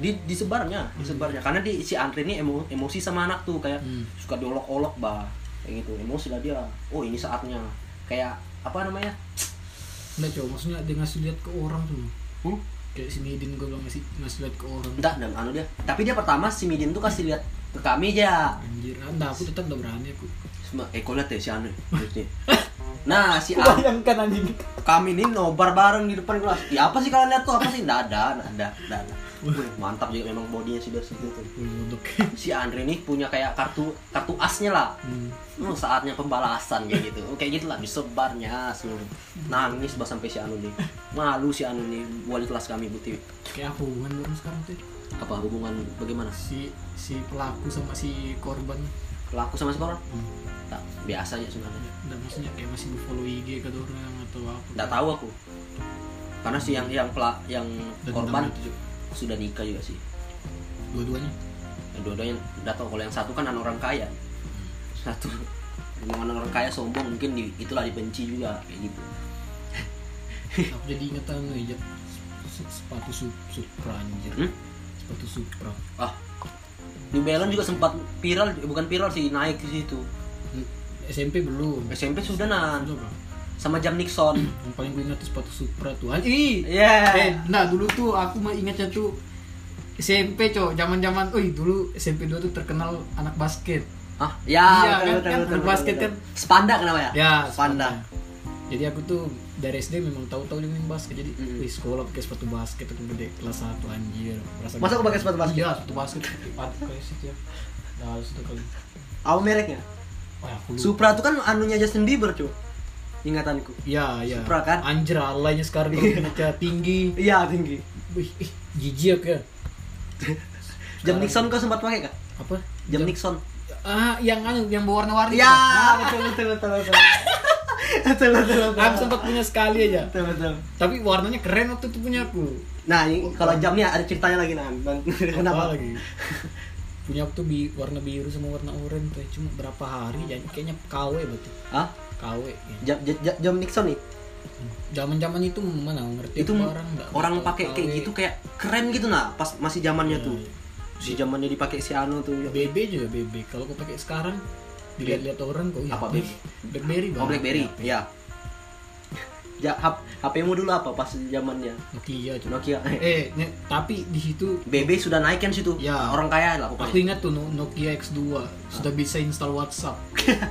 [SPEAKER 1] di disebarnya, disebarnya. Karena di si Andre ini emo- emosi sama anak tuh kayak
[SPEAKER 2] Hmm.
[SPEAKER 1] suka diolok-olok, bah. Kayak gitu, emosi lah dia. Oh, ini saatnya. Kayak apa namanya?
[SPEAKER 2] Nggak cuy, maksudnya dia ngasih lihat ke orang tuh.
[SPEAKER 1] Hmm?
[SPEAKER 2] Kayak si Nidin gue bilang ngasih ngasih lihat ke orang.
[SPEAKER 1] Enggak, dan anu dia. Tapi dia pertama si Midin tuh kasih lihat ke kami aja.
[SPEAKER 2] Anjir, anda aku tetap nggak berani aku.
[SPEAKER 1] Cuma eh kau lihat deh si Anu maksudnya. Nah si Anu
[SPEAKER 2] Bayangkan anjing.
[SPEAKER 1] kami ini nobar bareng di depan kelas. Ya apa sih kalian lihat tuh apa sih? Nggak ada, nggak ada, nggak ada. Wih, mantap juga memang bodinya sudah segitu tuh.
[SPEAKER 2] Untuk.
[SPEAKER 1] Si Andre nih punya kayak kartu kartu asnya lah.
[SPEAKER 2] Hmm.
[SPEAKER 1] Hmm, saatnya pembalasan kayak gitu. Kayak gitu lah disebarnya seluruh. Nangis bah sampai si Anu nih. Malu si Anu nih wali kelas kami Buti.
[SPEAKER 2] Kayak apa hubungan orang sekarang tuh?
[SPEAKER 1] Apa hubungan bagaimana?
[SPEAKER 2] Si si pelaku sama si korban.
[SPEAKER 1] Laku sama sekolah?
[SPEAKER 2] Hmm.
[SPEAKER 1] Tak, biasa aja sebenarnya.
[SPEAKER 2] Nggak maksudnya kayak masih di follow IG kata orang atau apa?
[SPEAKER 1] Nggak tahu aku. Karena si yang yang pela, yang
[SPEAKER 2] Dan
[SPEAKER 1] korban
[SPEAKER 2] dendamnya tuh, Cuk.
[SPEAKER 1] sudah nikah juga sih
[SPEAKER 2] dua-duanya.
[SPEAKER 1] Yang dua-duanya nggak tahu kalau yang satu kan anak orang kaya satu dengan anak orang kaya sombong mungkin di, itulah dibenci juga kayak gitu
[SPEAKER 2] Aku jadi ingetan nih Jack. Se- sepatu sup supra anjir.
[SPEAKER 1] Hmm?
[SPEAKER 2] Sepatu supra.
[SPEAKER 1] ah New Balance juga sempat viral eh, bukan viral sih naik di situ
[SPEAKER 2] Hmm, SMP belum.
[SPEAKER 1] SMP sudah nan
[SPEAKER 2] Udah, Bro.
[SPEAKER 1] sama jam Nixon
[SPEAKER 2] Yang paling gue ingat tuh sepatu supra tuh. An- Ih. Eh,
[SPEAKER 1] yeah
[SPEAKER 2] nah dulu tuh aku mah ingatnya tuh SMP cok, zaman-zaman, oi dulu SMP 2 tuh terkenal anak basket.
[SPEAKER 1] ah ya
[SPEAKER 2] Iya,
[SPEAKER 1] betul,
[SPEAKER 2] kan,
[SPEAKER 1] betul,
[SPEAKER 2] kan,
[SPEAKER 1] betul,
[SPEAKER 2] basket
[SPEAKER 1] betul.
[SPEAKER 2] kan.
[SPEAKER 1] Spanda kenapa ya
[SPEAKER 2] Ya,
[SPEAKER 1] Spanda
[SPEAKER 2] sepatunya. jadi aku tuh dari SD memang tahu-tahu juga main basket jadi
[SPEAKER 1] Mm.
[SPEAKER 2] di sekolah pakai sepatu basket aku gede kelas 1 anjir Merasa
[SPEAKER 1] Masa
[SPEAKER 2] gede.
[SPEAKER 1] aku pakai sepatu basket?
[SPEAKER 2] iya sepatu basket sepatu keset ya nah itu kali
[SPEAKER 1] Apa mereknya?
[SPEAKER 2] wah aku lupa
[SPEAKER 1] Supra tuh kan anunya Justin Bieber cuy. Ingatanku.
[SPEAKER 2] Ya, ya.
[SPEAKER 1] Supra kan?
[SPEAKER 2] Anjir, alaynya sekarang kalau punya tinggi.
[SPEAKER 1] Iya tinggi.
[SPEAKER 2] Wih, ih, jijik aku ya.
[SPEAKER 1] Jam
[SPEAKER 2] Sekarang-
[SPEAKER 1] Nixon kau sempat pakai kah?
[SPEAKER 2] Apa?
[SPEAKER 1] Jam Nixon.
[SPEAKER 2] Ah, yang anu yang berwarna-warni.
[SPEAKER 1] Ya,
[SPEAKER 2] Ah,
[SPEAKER 1] betul betul betul betul. betul betul betul.
[SPEAKER 2] aku sempat punya sekali aja.
[SPEAKER 1] Betul betul.
[SPEAKER 2] Tapi warnanya keren waktu itu punya aku.
[SPEAKER 1] Nah, ini kalau jamnya ada ceritanya lagi nah. Bang.
[SPEAKER 2] Apa
[SPEAKER 1] Kenapa?
[SPEAKER 2] lagi? punya aku tuh bi- warna biru sama warna oranye tuh cuma berapa
[SPEAKER 1] Hmm.
[SPEAKER 2] hari jadi kayaknya KW betul
[SPEAKER 1] Hah?
[SPEAKER 2] KW ya.
[SPEAKER 1] Jam, jam, jam- jam Nixon nih.
[SPEAKER 2] zaman zaman itu mana ngerti
[SPEAKER 1] itu
[SPEAKER 2] aku
[SPEAKER 1] orang
[SPEAKER 2] nggak
[SPEAKER 1] orang
[SPEAKER 2] tahu
[SPEAKER 1] pakai kayak
[SPEAKER 2] KW.
[SPEAKER 1] gitu kayak keren gitu nah, pas masih zamannya
[SPEAKER 2] Iya,
[SPEAKER 1] tuh. Si zamannya dipakai si Anu tuh.
[SPEAKER 2] BB Ya, juga BB kalau aku pakai sekarang dilihat-lihat orang kok
[SPEAKER 1] Apa
[SPEAKER 2] BB Blackberry
[SPEAKER 1] Oh,
[SPEAKER 2] Bang.
[SPEAKER 1] BlackBerry. Iya. Ja, hap, HP-mu dulu apa pas zamannya?
[SPEAKER 2] Nokia cuma.
[SPEAKER 1] Nokia.
[SPEAKER 2] Eh, ne- tapi di situ
[SPEAKER 1] BB sudah naik kan situ.
[SPEAKER 2] Ya.
[SPEAKER 1] Orang kaya lah
[SPEAKER 2] aku
[SPEAKER 1] pokoknya.
[SPEAKER 2] ingat tuh No- Nokia X2 sudah bisa install WhatsApp.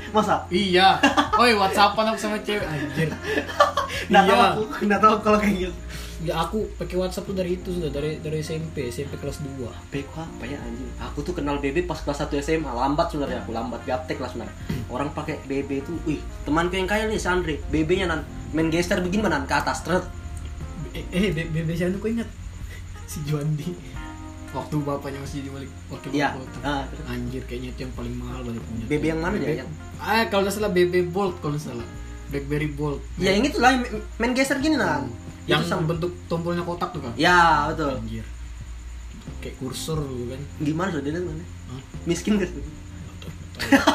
[SPEAKER 1] Masa?
[SPEAKER 2] Iya. Oi, WhatsAppan aku sama cewek anjir.
[SPEAKER 1] Nggak tahu
[SPEAKER 2] Iya.
[SPEAKER 1] aku, nggak tahu kalau kayak gitu.
[SPEAKER 2] Ya aku pakai WhatsApp tuh dari itu sudah dari dari SMP, SMP kelas 2.
[SPEAKER 1] BB ku apa ya anjing? Aku tuh kenal BB pas kelas 1 SMA, lambat sebenarnya aku, lambat gaptek lah sebenarnya. Orang pakai BB tuh, wih, temanku yang kaya nih si Andre, BB-nya nan main geser begini nan ke atas, tret.
[SPEAKER 2] Eh, eh Be- BB Shanu kok ingat si Juandi waktu bapaknya masih di balik wakil
[SPEAKER 1] Iya.
[SPEAKER 2] wali kota.
[SPEAKER 1] Ah, terus?
[SPEAKER 2] Anjir kayaknya itu yang paling mahal banget punya.
[SPEAKER 1] BB yang mana dia? Yang-
[SPEAKER 2] Ah, kalau nggak salah BB Bolt kalau nggak salah. BlackBerry Bolt.
[SPEAKER 1] Ya yang itu lah yang main geser gini nan.
[SPEAKER 2] Hmm. yang
[SPEAKER 1] Itu sama-
[SPEAKER 2] bentuk tombolnya kotak tuh kan.
[SPEAKER 1] Ya, betul.
[SPEAKER 2] Anjir. Kayak kursor lu kan.
[SPEAKER 1] Gimana sudah dia mana?
[SPEAKER 2] Hah?
[SPEAKER 1] Miskin gak?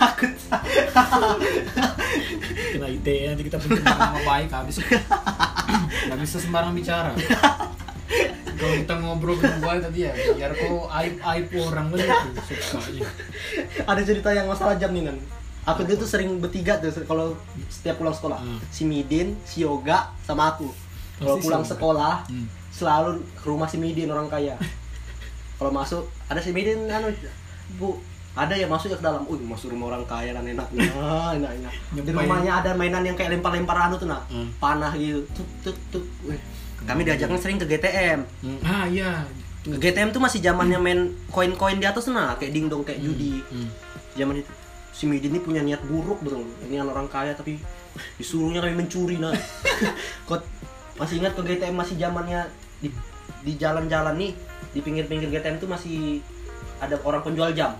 [SPEAKER 1] Takut.
[SPEAKER 2] Kena ITE nanti kita bikin nama baik habis. Gak bisa sembarang bicara. Kalau kita ngobrol berdua tadi ya, biar kau aib aib orang kan gitu, sukanya.
[SPEAKER 1] Ada cerita yang masalah jam nih nan. Aku dulu tuh sering bertiga tuh se- kalau setiap pulang sekolah.
[SPEAKER 2] Hmm.
[SPEAKER 1] Si Midin, si Yoga, sama aku. Kalau
[SPEAKER 2] Pasti
[SPEAKER 1] pulang
[SPEAKER 2] si Yoga.
[SPEAKER 1] sekolah,
[SPEAKER 2] Hmm.
[SPEAKER 1] selalu ke rumah si Midin orang kaya. Kalau masuk ada si Midin anu Bu, ada ya masuk ya ke dalam. Uh, masuk rumah orang kaya dan enaknya, enaknya. Di
[SPEAKER 2] Nyobain.
[SPEAKER 1] rumahnya ada mainan yang kayak lempar-lemparan tuh nah,
[SPEAKER 2] Hmm.
[SPEAKER 1] panah gitu. Tuk tuk tuk. Wih. Kami diajaknya sering ke GTM.
[SPEAKER 2] Ah iya.
[SPEAKER 1] Ke GTM tuh masih zamannya main koin-koin di atas nah, kayak dingdong kayak judi.
[SPEAKER 2] Hmm.
[SPEAKER 1] Zaman itu si Midin ini punya niat buruk betul. Ini anak orang kaya tapi disuruhnya kami mencuri nah. Kot masih ingat ke GTM masih zamannya di di jalan-jalan nih di pinggir-pinggir GTM tuh masih ada orang penjual jam.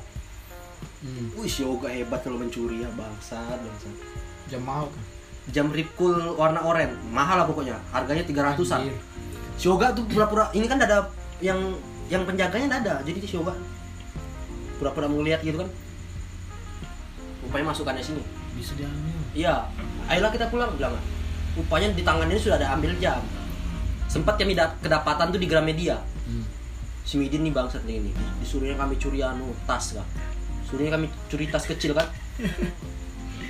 [SPEAKER 2] Hmm.
[SPEAKER 1] Wih, si Yoga hebat kalau mencuri ya bangsa, bangsa.
[SPEAKER 2] Jam mahal kan.
[SPEAKER 1] Jam Ripkul warna oranye, mahal lah pokoknya. Harganya 300-an.
[SPEAKER 2] Anjir.
[SPEAKER 1] Shoga tuh pura-pura ini kan ada yang yang penjaganya nggak ada jadi si Shoga pura-pura mau lihat gitu kan upaya masukannya sini
[SPEAKER 2] Bisa diambil.
[SPEAKER 1] iya ayolah kita pulang bilang kan. upanya di tangan ini sudah ada ambil jam sempat kami da- kedapatan tuh di Gramedia
[SPEAKER 2] Hmm.
[SPEAKER 1] si Midin nih bangsat nih ini disuruhnya kami curi anu tas kan suruhnya kami curi tas kecil kan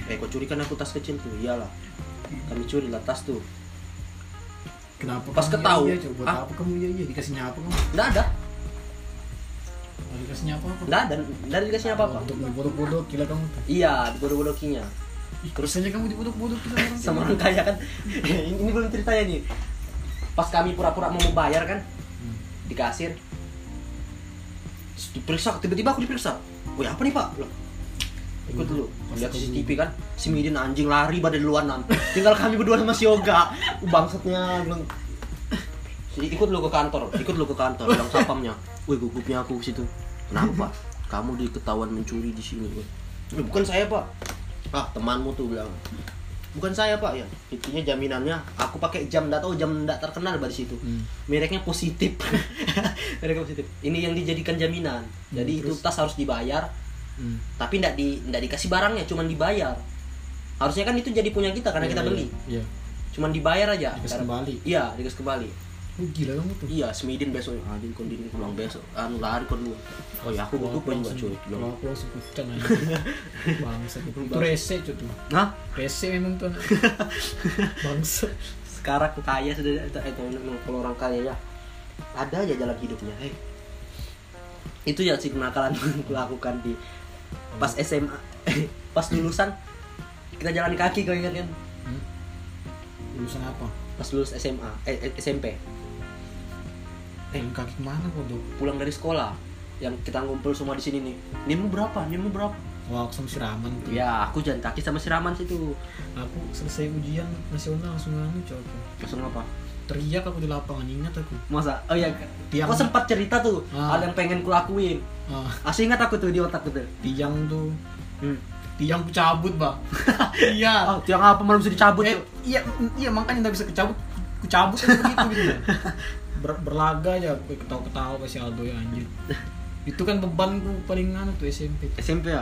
[SPEAKER 1] eh kok curi kan aku tas kecil tuh iyalah kami curi lah tas tuh
[SPEAKER 2] Kenapa
[SPEAKER 1] Pas
[SPEAKER 2] kamu
[SPEAKER 1] ketahu.
[SPEAKER 2] iya, iya, coba
[SPEAKER 1] Ah.
[SPEAKER 2] apa kamu iya iya dikasihnya apa kamu?
[SPEAKER 1] nggak ada
[SPEAKER 2] Nggak dikasihnya apa apa?
[SPEAKER 1] nggak ada dari dikasihnya apa apa
[SPEAKER 2] Untuk bodoh-bodoh gila kamu tuh.
[SPEAKER 1] Iya, dibodoh-bodohinya.
[SPEAKER 2] Terus aja kamu dibodok-bodok kita orang.
[SPEAKER 1] Sama orang kaya kan. ini belum ceritanya nih. Pas kami pura-pura mau bayar kan
[SPEAKER 2] Hmm.
[SPEAKER 1] di kasir. Terus diperiksa, tiba-tiba aku diperiksa. Woi, apa nih, Pak? Bilang, Ikut dulu. Lihat CCTV kan, si Midin anjing lari pada duluanan. Tinggal kami berdua sama si Yoga. Uh, Bangsatnya belum ikut lu ke kantor, ikut lu ke kantor, bilang sapamnya. Woi, gugupnya aku ke situ. Kenapa, Pak? Kamu diketahuan mencuri di sini, Woi." "Eh, Bukan saya, Pak. Ah, temanmu tuh bilang. Bukan saya, Pak, ya. Intinya jaminannya aku pakai jam enggak tahu jam enggak terkenal Pak, di situ.
[SPEAKER 2] Hmm.
[SPEAKER 1] Mereknya positif. Mereknya positif. Ini yang dijadikan jaminan. Jadi itu tas harus dibayar,
[SPEAKER 2] Hmm.
[SPEAKER 1] tapi enggak di nggak dikasih barangnya, cuman dibayar. Harusnya kan itu jadi punya kita karena
[SPEAKER 2] Iya,
[SPEAKER 1] kita
[SPEAKER 2] iya,
[SPEAKER 1] beli.
[SPEAKER 2] Iya.
[SPEAKER 1] Cuman dibayar aja. Karena-
[SPEAKER 2] Dikasih kembali.
[SPEAKER 1] Iya, dikasih kembali.
[SPEAKER 2] Oh, gila kamu tuh.
[SPEAKER 1] Iya, semidin besok. Anjing kondini pulang besok. Anu lari kon lu. Oh ya, aku
[SPEAKER 2] Kalau
[SPEAKER 1] gugup juga
[SPEAKER 2] langsung-
[SPEAKER 1] cuy.
[SPEAKER 2] Kalau aku langsung pucat aja. Bangsa itu rese cuy tuh.
[SPEAKER 1] Nah,
[SPEAKER 2] Rese memang tuh. anak. Bangsa.
[SPEAKER 1] sekarang kaya sudah eh, itu memang kalau orang kaya ya ada aja jalan hidupnya. Hei. Itu ya sih kenakalan yang kulakukan di Hmm. Eh, pas SMA. pas lulusan kita jalan kaki kau ingat kan?
[SPEAKER 2] Hmm. lulusan apa
[SPEAKER 1] pas lulus SMA eh, eh, SMP
[SPEAKER 2] eh kaki kemana kok dok
[SPEAKER 1] pulang dari sekolah yang kita ngumpul semua di sini nih nimmu berapa nimmu berapa
[SPEAKER 2] wah aku sama siraman tuh
[SPEAKER 1] ya aku jalan kaki sama siraman situ
[SPEAKER 2] aku selesai ujian nasional langsung nganu cowok
[SPEAKER 1] langsung apa
[SPEAKER 2] teriak aku di lapangan ingat aku
[SPEAKER 1] masa oh ya
[SPEAKER 2] Tiang.
[SPEAKER 1] kau sempat cerita tuh
[SPEAKER 2] Ah.
[SPEAKER 1] hal yang pengen kulakuin
[SPEAKER 2] ah,
[SPEAKER 1] asli ingat aku tuh di otak tuh
[SPEAKER 2] tiang tuh
[SPEAKER 1] hmm.
[SPEAKER 2] tiang aku cabut bang iya
[SPEAKER 1] oh, tiang apa malam bisa dicabut
[SPEAKER 2] eh,
[SPEAKER 1] tuh
[SPEAKER 2] iya iya makanya nggak bisa kecabut ku cabut kan begitu gitu Ber- berlaga aja aku ketawa ketawa kasih Aldo ya anjir itu kan bebanku paling anu tuh SMP
[SPEAKER 1] SMP ya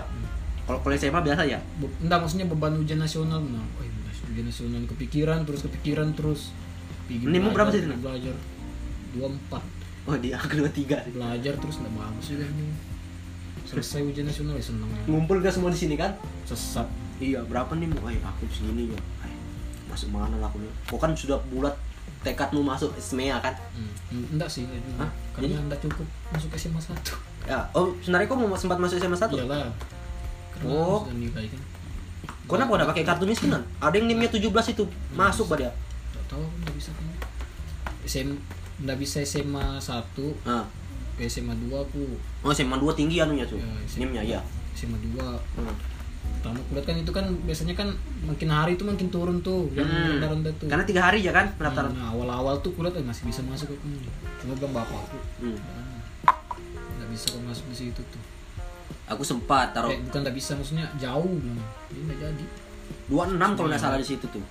[SPEAKER 1] kalau kuliah SMA biasa ya
[SPEAKER 2] Be- enggak maksudnya beban ujian nasional nah oh, iya, ujian nasional kepikiran terus kepikiran terus Pigi
[SPEAKER 1] Nemu berapa sih, Tina?
[SPEAKER 2] belajar dua empat
[SPEAKER 1] oh di aku dua tiga sih.
[SPEAKER 2] belajar terus nggak bagus juga ini selesai ujian nasional ya seneng ya.
[SPEAKER 1] ngumpul gak semua di sini kan
[SPEAKER 2] sesat
[SPEAKER 1] iya berapa nih mau eh aku segini ya eh, masuk mana lah aku nih kau kan sudah bulat tekadmu masuk SMA kan
[SPEAKER 2] hmm. enggak sih enggak juga
[SPEAKER 1] Hah? Iya?
[SPEAKER 2] karena
[SPEAKER 1] Jadi?
[SPEAKER 2] enggak cukup masuk SMA satu
[SPEAKER 1] ya oh sebenarnya kau mau sempat masuk SMA satu
[SPEAKER 2] iyalah karena
[SPEAKER 1] Oh.
[SPEAKER 2] sudah nikah kan
[SPEAKER 1] Kau kenapa udah pakai kartu miskinan? Ada yang nimnya 17 itu masuk pada.
[SPEAKER 2] nggak tahu aku nggak bisa kan SM nggak bisa SMA satu
[SPEAKER 1] Nah,
[SPEAKER 2] ke SMA dua aku
[SPEAKER 1] oh SMA 2 tinggi anunya tuh.
[SPEAKER 2] Ya, SMA.
[SPEAKER 1] Nimnya ya.
[SPEAKER 2] SMA dua
[SPEAKER 1] Hmm.
[SPEAKER 2] pertama kuliah kan itu kan biasanya kan makin hari itu makin turun tuh yang
[SPEAKER 1] Hmm.
[SPEAKER 2] rendah-rendah tuh
[SPEAKER 1] Karena tiga hari ya kan pendaftaran.
[SPEAKER 2] nah, awal-awal tuh kuliah tuh masih bisa masuk aku nih cuma bilang bapak aku
[SPEAKER 1] Hmm.
[SPEAKER 2] Hmm. nggak bisa kok masuk di situ tuh
[SPEAKER 1] Aku sempat taruh
[SPEAKER 2] eh, bukan nggak bisa maksudnya jauh bilang ini nggak jadi
[SPEAKER 1] 26 kalau nggak salah di situ tuh.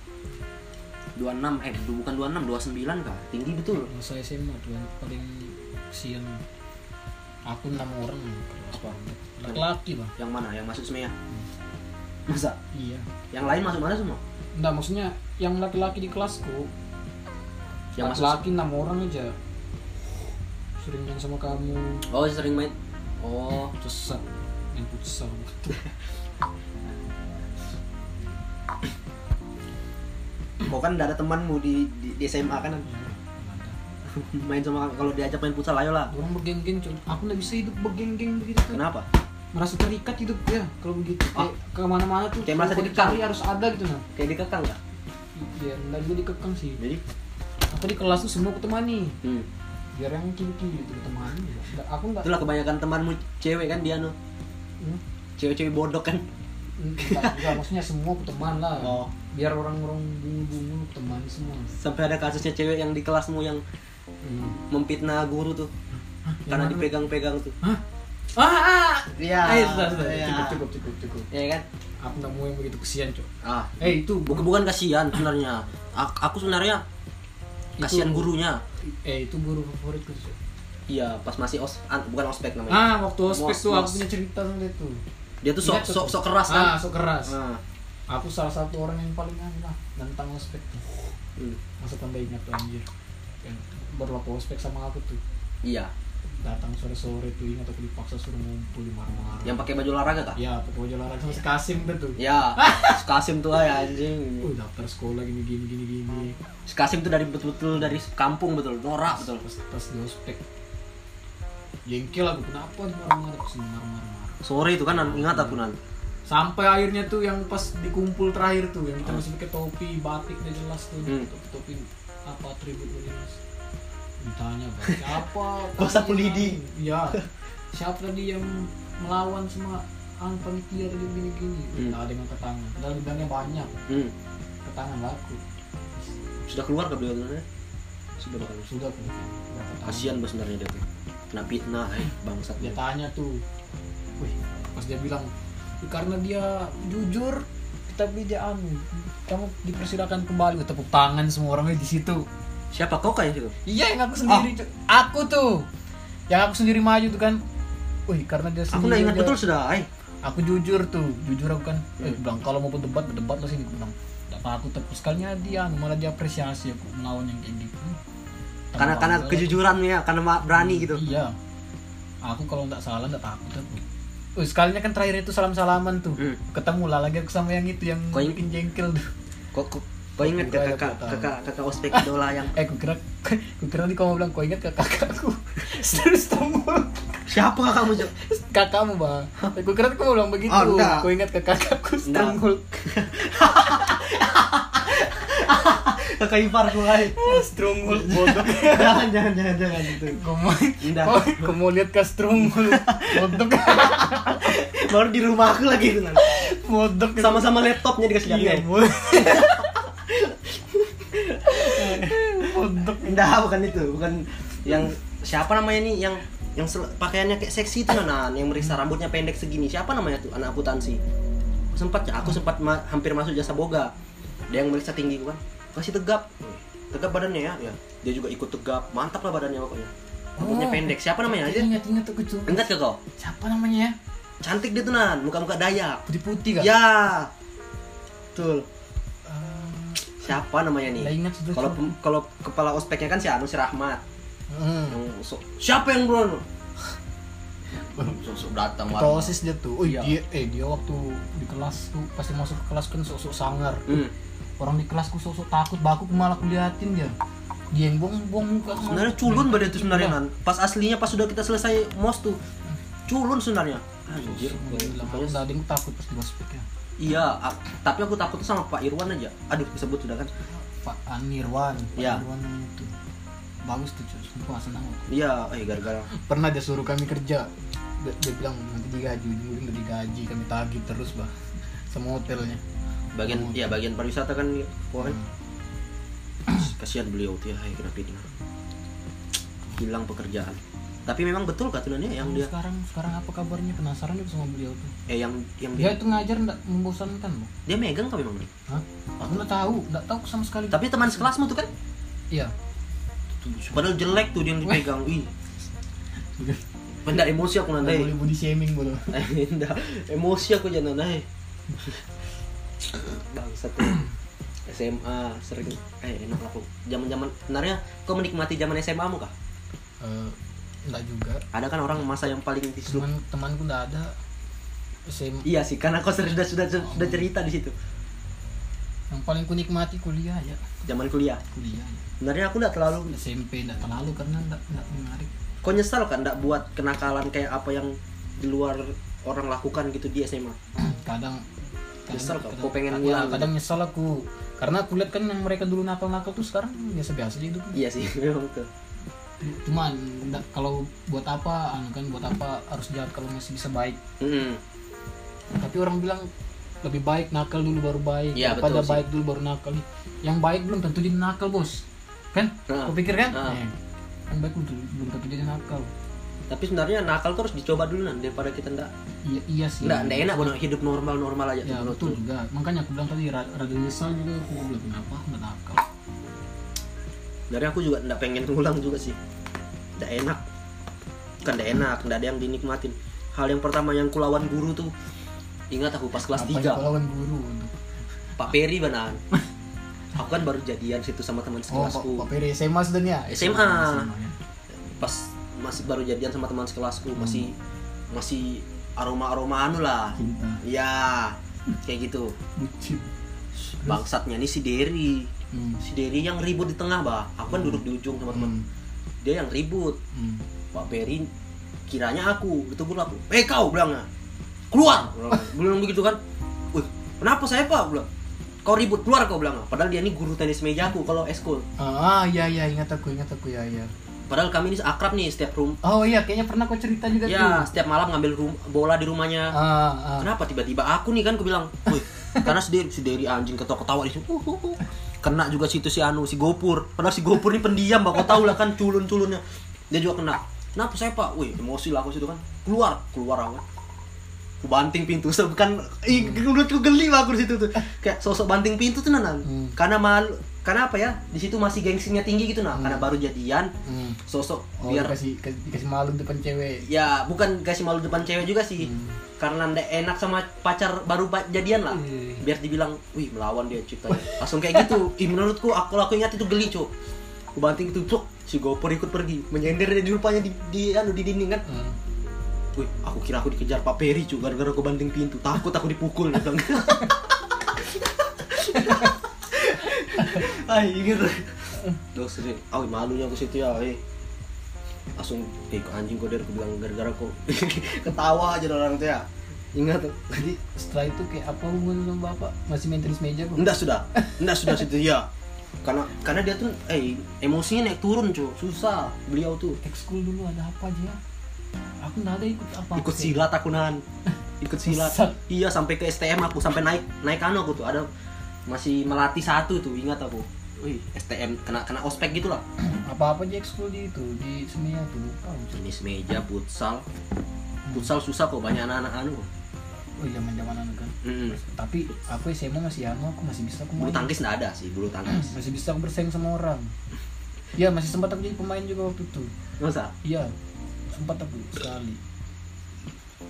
[SPEAKER 1] 26 eh du- bukan 26, 29 kah? Tinggi betul.
[SPEAKER 2] masa SMA tuh yang paling siang aku enam orang
[SPEAKER 1] Apa?
[SPEAKER 2] laki-laki bang
[SPEAKER 1] Yang mana? Yang masuk SMA? Masa?
[SPEAKER 2] iya
[SPEAKER 1] Yang lain masuk mana semua?
[SPEAKER 2] nggak maksudnya yang laki-laki di kelasku
[SPEAKER 1] Yang
[SPEAKER 2] yang
[SPEAKER 1] masuk
[SPEAKER 2] laki-laki enam orang aja sering main sama kamu
[SPEAKER 1] Oh, sering main. Oh,
[SPEAKER 2] sesat main futsal
[SPEAKER 1] kau kan nggak ada temanmu di, di, di SMA kan main sama kalau diajak main futsal ayo lah.
[SPEAKER 2] orang bergeng-geng cuy aku nggak bisa hidup bergeng-geng begitu tuh
[SPEAKER 1] Kenapa?
[SPEAKER 2] merasa terikat hidup ya kalau begitu
[SPEAKER 1] Ah.
[SPEAKER 2] Kayak kemana-mana tuh
[SPEAKER 1] Kayak merasa
[SPEAKER 2] kalau
[SPEAKER 1] dikekang.
[SPEAKER 2] dicari harus ada gitu nah
[SPEAKER 1] Kayak dikekang nggak?
[SPEAKER 2] iya nggak juga dikekang sih
[SPEAKER 1] Jadi,
[SPEAKER 2] aku di kelas tuh semua aku temani
[SPEAKER 1] hmm.
[SPEAKER 2] biar yang kiki gitu temani Nggak- aku nggak
[SPEAKER 1] Itulah kebanyakan temanmu cewek kan dia no.
[SPEAKER 2] Hmm?
[SPEAKER 1] Cewek-cewek bodoh kan.
[SPEAKER 2] nggak nggak, maksudnya semua aku teman lah
[SPEAKER 1] Oh.
[SPEAKER 2] biar orang-orang bungu-bungu aku temani semua
[SPEAKER 1] Sampai ada kasusnya cewek yang di kelasmu yang
[SPEAKER 2] hmm.
[SPEAKER 1] memfitnah guru tuh.
[SPEAKER 2] Hah,
[SPEAKER 1] Karena
[SPEAKER 2] yang mana?
[SPEAKER 1] dipegang-pegang tuh.
[SPEAKER 2] Hah? Ah, ah.
[SPEAKER 1] Iya.
[SPEAKER 2] Ayo, sudah, sudah.
[SPEAKER 1] Iya.
[SPEAKER 2] Cukup, cukup, cukup, cukup.
[SPEAKER 1] Iya kan?
[SPEAKER 2] Aku nggak mau yang begitu kesian, Cok.
[SPEAKER 1] Ah,
[SPEAKER 2] Eh, itu
[SPEAKER 1] bukan bukan kasihan sebenarnya. Ak- Aku sebenarnya kasihan
[SPEAKER 2] Itu-
[SPEAKER 1] gurunya.
[SPEAKER 2] eh itu guru favoritku, Cok.
[SPEAKER 1] Iya, pas masih os an- bukan ospek namanya.
[SPEAKER 2] Ah, waktu ospek
[SPEAKER 1] Mos-
[SPEAKER 2] tuh aku
[SPEAKER 1] mos.
[SPEAKER 2] punya cerita sama dia tuh.
[SPEAKER 1] Dia Iya, tuh sok
[SPEAKER 2] Ingat tuh.
[SPEAKER 1] sok sok keras
[SPEAKER 2] Ah,
[SPEAKER 1] kan.
[SPEAKER 2] sok keras.
[SPEAKER 1] Ah.
[SPEAKER 2] Aku salah satu orang yang paling aneh lah tentang ospek tuh.
[SPEAKER 1] Hmm.
[SPEAKER 2] Masa tanda ingat tuh anjir. Yang berlaku ospek sama aku tuh.
[SPEAKER 1] Iya,
[SPEAKER 2] Datang sore-sore tuh ingat aku dipaksa suruh ngumpul di marah-marah.
[SPEAKER 1] yang pakai baju olahraga kah?
[SPEAKER 2] Ya, pakai baju olahraga sama si Kasim tuh. tuh.
[SPEAKER 1] Ya, Kasim tuh ya anjing.
[SPEAKER 2] Uh, daftar sekolah gini gini gini gini.
[SPEAKER 1] Kasim tuh dari betul-betul dari kampung betul, norak betul.
[SPEAKER 2] Pas pas di ospek. Jengkel aku kenapa di marah-marah Terus marah-marah.
[SPEAKER 1] Sore itu kan Nan, ingat aku nan.
[SPEAKER 2] sampai akhirnya tuh yang pas dikumpul terakhir tuh yang kita masih pakai topi batik udah jelas tuh
[SPEAKER 1] Hmm.
[SPEAKER 2] topi, topi apa atribut udah jelas ditanya "Bang, siapa
[SPEAKER 1] Bos
[SPEAKER 2] tadi
[SPEAKER 1] aku
[SPEAKER 2] yang-
[SPEAKER 1] lidi."
[SPEAKER 2] iya siapa tadi yang melawan sama ang panitia tadi gini gini
[SPEAKER 1] Hmm.
[SPEAKER 2] nah, ada yang angkat tangan padahal bidangnya banyak
[SPEAKER 1] Hmm.
[SPEAKER 2] angkat tangan laku
[SPEAKER 1] Sudah keluar ke beliau sebenarnya? Sudah bagus.
[SPEAKER 2] sudah aku bilang, berangkat tangan.
[SPEAKER 1] Kasihan bos sebenarnya dia tuh. Kena fitnah, eh bangsat.
[SPEAKER 2] dia tanya tuh wih pas dia bilang karena dia jujur kita bijak anu kamu dipersilakan kembali tepuk tangan semua orangnya di situ
[SPEAKER 1] Siapa kau ya, kayak itu?
[SPEAKER 2] iya yang aku
[SPEAKER 1] Ah.
[SPEAKER 2] sendiri Cuk. aku tuh yang aku sendiri maju tuh kan wih karena dia
[SPEAKER 1] Aku
[SPEAKER 2] sendiri
[SPEAKER 1] nggak ingat
[SPEAKER 2] dia-
[SPEAKER 1] betul Hmm. sudah, eh.
[SPEAKER 2] aku jujur tuh jujur aku kan eh, aku bilang kalau mau berdebat berdebat lah sini aku bilang Nggak apa aku terus sekalinya dia anu, malah dia apresiasi aku melawan yang kayak gitu
[SPEAKER 1] Karena karena
[SPEAKER 2] Tambah-
[SPEAKER 1] kejujuran ya, karena ma- berani gitu.
[SPEAKER 3] Hmm.
[SPEAKER 2] Iya. Aku kalau nggak salah nggak takut aku. Uh, sekalinya kan terakhir itu salam-salaman tuh.
[SPEAKER 1] Hmm.
[SPEAKER 2] Ketemu lah lagi aku sama yang itu yang
[SPEAKER 1] Kau-
[SPEAKER 2] bikin jengkel tuh.
[SPEAKER 1] Kok kok kau ingat
[SPEAKER 2] Udah,
[SPEAKER 1] kakak kakak
[SPEAKER 2] aku tahu.
[SPEAKER 1] kakak kakak ospek idola yang
[SPEAKER 2] Eh, aku kira aku kira nanti kamu bilang kau ingat ke kakakku. Terus kamu
[SPEAKER 1] siapa kakakmu Jo?
[SPEAKER 2] kakakmu, Eh, Bang. Aku kira kamu bilang begitu.
[SPEAKER 1] Oh, enggak.
[SPEAKER 2] kau ingat ke kakakku
[SPEAKER 1] Enggak.
[SPEAKER 2] Strangul.
[SPEAKER 3] kakak ipar gue ay.
[SPEAKER 1] eh.
[SPEAKER 2] Stronghold bodoh.
[SPEAKER 3] jangan jangan jangan jangan gitu
[SPEAKER 2] Kau mau,
[SPEAKER 1] Indah.
[SPEAKER 2] kau, kau mau lihat ke Stronghold bodoh,
[SPEAKER 3] baru di rumah aku lagi itu nanti
[SPEAKER 2] bodoh.
[SPEAKER 3] sama-sama laptopnya dikasih
[SPEAKER 2] Iya,
[SPEAKER 3] lihat
[SPEAKER 2] bodoh. Bodoh.
[SPEAKER 3] enggak bukan itu bukan
[SPEAKER 1] yang siapa namanya nih yang yang sel- pakaiannya kayak seksi itu nah yang meriksa rambutnya pendek segini siapa namanya tuh anak akuntansi sempat ya aku sempat ma- hampir masuk jasa boga dia yang meriksa tinggi gua kan kasih tegap tegap badannya ya, ya dia juga ikut tegap mantap lah badannya pokoknya rambutnya
[SPEAKER 2] Oh.
[SPEAKER 1] pendek siapa namanya aja
[SPEAKER 2] Ingat ingat aku tuh.
[SPEAKER 1] ingat gak kau
[SPEAKER 2] Siapa namanya ya?
[SPEAKER 1] cantik dia tuh nan muka-muka Dayak
[SPEAKER 2] Putih-putih kan?
[SPEAKER 1] ya
[SPEAKER 3] betul
[SPEAKER 1] siapa namanya
[SPEAKER 2] Nggak
[SPEAKER 1] nih
[SPEAKER 2] Eh, ingat sudah.
[SPEAKER 1] kalau pem- kalau kepala ospeknya kan si Anu si Rahmat
[SPEAKER 2] Hmm.
[SPEAKER 1] yang so- siapa yang bro sok datang
[SPEAKER 2] Ketua OSIS dia tuh. Oh
[SPEAKER 1] Iya.
[SPEAKER 2] dia eh dia waktu di kelas tuh pasti masuk ke kelas kan sok-sok sangar.
[SPEAKER 1] hmm.
[SPEAKER 2] Orang di kelasku sok-sok takut, baku malah kuliatin dia. Dia yang buang-buang muka. Iya. kemana.
[SPEAKER 1] sebenarnya culun badan itu sebenarnya nan pas aslinya pas sudah kita selesai mos tuh culun sebenarnya anjir
[SPEAKER 2] Sok-sok
[SPEAKER 1] gua-
[SPEAKER 2] bilang,
[SPEAKER 1] pokoknya
[SPEAKER 2] "Udah, ada yang takut pas di ospek ya.
[SPEAKER 1] iya a- tapi aku takut tuh sama Pak Irwan aja aduh disebut sudah kan
[SPEAKER 2] Pak Anirwan, Pak
[SPEAKER 1] Iya.
[SPEAKER 2] Anirwan namanya tuh. Bagus tuh, cuy. Sumpah senang aku.
[SPEAKER 1] iya eh gara-gara
[SPEAKER 2] Pernah dia suruh kami kerja. Dia, dia bilang nanti digaji, ujung-ujung udah digaji, kami tagih terus, Bah. Sama hotelnya. Hmm.
[SPEAKER 1] bagian
[SPEAKER 2] Oh.
[SPEAKER 1] ya bagian pariwisata kan dia, pokoknya kasihan beliau tuh ya hai, kenapa ini hilang pekerjaan tapi memang betul katunannya yang dia
[SPEAKER 2] sekarang sekarang apa kabarnya? Penasaran dia sama beliau tuh.
[SPEAKER 1] eh yang yang dia
[SPEAKER 2] Dia itu ngajar enggak membosankan, Bah.
[SPEAKER 1] dia megang kami memang
[SPEAKER 2] Hah? Aku nggak tahu, nggak tahu sama sekali.
[SPEAKER 1] tapi teman sekelasmu tuh kan
[SPEAKER 2] iya.
[SPEAKER 1] padahal jelek tuh dia yang dipegang wih Bentar emosi aku
[SPEAKER 2] Nggak
[SPEAKER 1] nanti
[SPEAKER 2] boleh body shaming boleh.
[SPEAKER 1] Enggak, emosi aku jangan naik. Bangsat tuh. SMA sering eh enak aku. Zaman-zaman sebenarnya kau menikmati zaman SMA mu kah?
[SPEAKER 2] Eh, nggak juga.
[SPEAKER 1] Ada kan orang masa yang paling disuruh.
[SPEAKER 2] Cuman temanku nggak ada. SMA
[SPEAKER 1] Iya sih, karena kau sudah sudah sudah cerita di situ.
[SPEAKER 2] yang paling ku nikmati kuliah ya,
[SPEAKER 1] Zaman kuliah.
[SPEAKER 2] kuliah. Ya.
[SPEAKER 1] Sebenarnya aku enggak terlalu
[SPEAKER 2] SMP enggak terlalu karena enggak enggak menarik.
[SPEAKER 1] kau nyesal kan enggak buat kenakalan kayak apa yang di luar orang lakukan gitu di SMA.
[SPEAKER 2] kadang kadang-
[SPEAKER 1] Nyesel kok,
[SPEAKER 2] kadang-
[SPEAKER 1] kok pengen
[SPEAKER 2] kadang-
[SPEAKER 1] ngulang.
[SPEAKER 2] ya, kadang nyesel aku karena aku lihat kan yang mereka dulu nakal-nakal tuh sekarang biasa-biasa aja hidup
[SPEAKER 1] Iya sih, memang tuh.
[SPEAKER 2] cuman nggak- kalau buat apa anu kan buat apa harus jahat kalau masih bisa baik
[SPEAKER 1] Mm-mm.
[SPEAKER 2] tapi orang bilang lebih baik nakal dulu baru baik
[SPEAKER 1] Iya,
[SPEAKER 2] daripada
[SPEAKER 1] betul sih.
[SPEAKER 2] baik dulu baru nakal yang baik belum tentu jadi nakal bos kan
[SPEAKER 1] Heeh.
[SPEAKER 2] Kau pikir kan
[SPEAKER 1] Heeh.
[SPEAKER 2] Eh, yang baik belum, belum tentu jadi nakal
[SPEAKER 1] Tapi sebenarnya nakal tuh harus dicoba dulu nan daripada kita enggak
[SPEAKER 2] iya iya sih
[SPEAKER 1] enggak enggak enak bener hidup normal-normal aja tuh
[SPEAKER 2] ya
[SPEAKER 1] menurutku.
[SPEAKER 2] betul juga makanya aku bilang tadi ra- rada nyesal juga aku bilang kenapa aku nggak nakal
[SPEAKER 1] dari aku juga nggak pengen ngulang juga sih nggak enak kan nggak enak nggak ada yang dinikmatin hal yang pertama yang kulawan guru tuh ingat aku pas kelas
[SPEAKER 2] Apa yang
[SPEAKER 1] 3
[SPEAKER 2] kau lawan guru untuk
[SPEAKER 1] Pak Peri benar aku kan baru jadian situ sama teman
[SPEAKER 2] Oh, Pak, Pak
[SPEAKER 1] sekelasku
[SPEAKER 2] Peri SMA sudah nih ya?
[SPEAKER 1] SMA.
[SPEAKER 2] ya.
[SPEAKER 1] pas masih baru jadian sama teman sekelasku
[SPEAKER 2] Hmm.
[SPEAKER 1] masih masih aroma aroma anu lah
[SPEAKER 2] Cinta,
[SPEAKER 1] ya kayak gitu
[SPEAKER 2] Hmm. bucin.
[SPEAKER 1] bangsatnya nih si Derry
[SPEAKER 2] Hmm.
[SPEAKER 1] si Derry yang ribut di tengah bah aku kan duduk di ujung sama teman
[SPEAKER 2] Hmm.
[SPEAKER 1] dia yang ribut
[SPEAKER 2] Hmm.
[SPEAKER 1] Pak Peri kiranya aku ditegur aku eh kau bilangnya keluar belum begitu kan wih kenapa saya pak bilang kau ribut keluar kau bilang padahal dia ini guru tenis meja aku kalau eskul
[SPEAKER 2] Ah, iya iya ingat aku, ingat aku ya ya.
[SPEAKER 1] padahal kami ini akrab nih setiap room
[SPEAKER 2] Oh iya, kayaknya pernah kau cerita juga
[SPEAKER 1] ya
[SPEAKER 2] tuh.
[SPEAKER 1] setiap malam ngambil rum- bola di rumahnya
[SPEAKER 2] Ah, ah.
[SPEAKER 1] kenapa tiba-tiba aku nih kan aku bilang wih karena si Dery, si Dery anjing ketawa ketawa di situ Uh, uh, uh. kena juga situ si Anu si Gopur padahal si Gopur ini pendiam bah kau tahu lah kan culun culunnya dia juga kena kenapa saya pak wih emosi lah aku situ kan keluar keluar aku aku banting pintu so, bukan ih, menurutku geli lah aku di situ tuh kayak sosok banting pintu tuh nanang
[SPEAKER 2] Hmm.
[SPEAKER 1] karena malu karena apa ya di situ masih gengsinya tinggi gitu nah karena baru jadian
[SPEAKER 2] Hmm.
[SPEAKER 1] sosok
[SPEAKER 2] Oh,
[SPEAKER 1] biar
[SPEAKER 2] dikasih, dikasih, dikasih malu depan cewek.
[SPEAKER 1] ya bukan kasih malu depan cewek juga sih
[SPEAKER 2] Hmm.
[SPEAKER 1] karena ndak enak sama pacar baru pa- jadian lah
[SPEAKER 2] Iya.
[SPEAKER 1] biar dibilang wih melawan dia ciptanya langsung kayak gitu Ih, menurutku aku aku ingat itu geli cuk aku banting itu cuk si gopur ikut pergi menyender dia di rupanya di, di anu di dinding kan
[SPEAKER 2] Hmm.
[SPEAKER 1] wih aku kira aku dikejar pak peri cuk gara-gara aku banting pintu takut aku dipukul dia bilang ay gitu Duh, serius. Aw, malunya aku situ ya, eh. Langsung, eh, kok anjing kok der, aku bilang gara-gara kok ketawa aja orang tuh ya. ingat
[SPEAKER 2] jadi setelah itu kayak apa hubungan sama bapak masih maintenance meja kok
[SPEAKER 1] enggak sudah enggak sudah situ ya karena karena dia tuh eh emosinya naik turun cuy susah beliau tuh
[SPEAKER 2] ekskul dulu ada apa aja ya aku nggak ada ikut apa
[SPEAKER 1] ikut silat aku nahan ikut silat
[SPEAKER 2] Buset.
[SPEAKER 1] iya sampai ke STM aku sampai naik naik anu aku tuh ada masih melatih satu tuh ingat aku Wih, STM kena kena ospek gitu lah
[SPEAKER 2] apa apa aja ekskul di itu di semia tuh lupa aku.
[SPEAKER 1] jenis meja futsal futsal susah kok banyak anak-anak anu kok.
[SPEAKER 2] oh zaman zaman kan
[SPEAKER 1] Mm-mm.
[SPEAKER 2] tapi aku SMA masih anu aku masih bisa aku
[SPEAKER 1] bulu
[SPEAKER 2] main
[SPEAKER 1] tangkis nggak ada sih bulu tangkis
[SPEAKER 2] masih bisa aku bersaing sama orang ya masih sempat aku jadi pemain juga waktu itu
[SPEAKER 1] masa
[SPEAKER 2] iya sempat aku sekali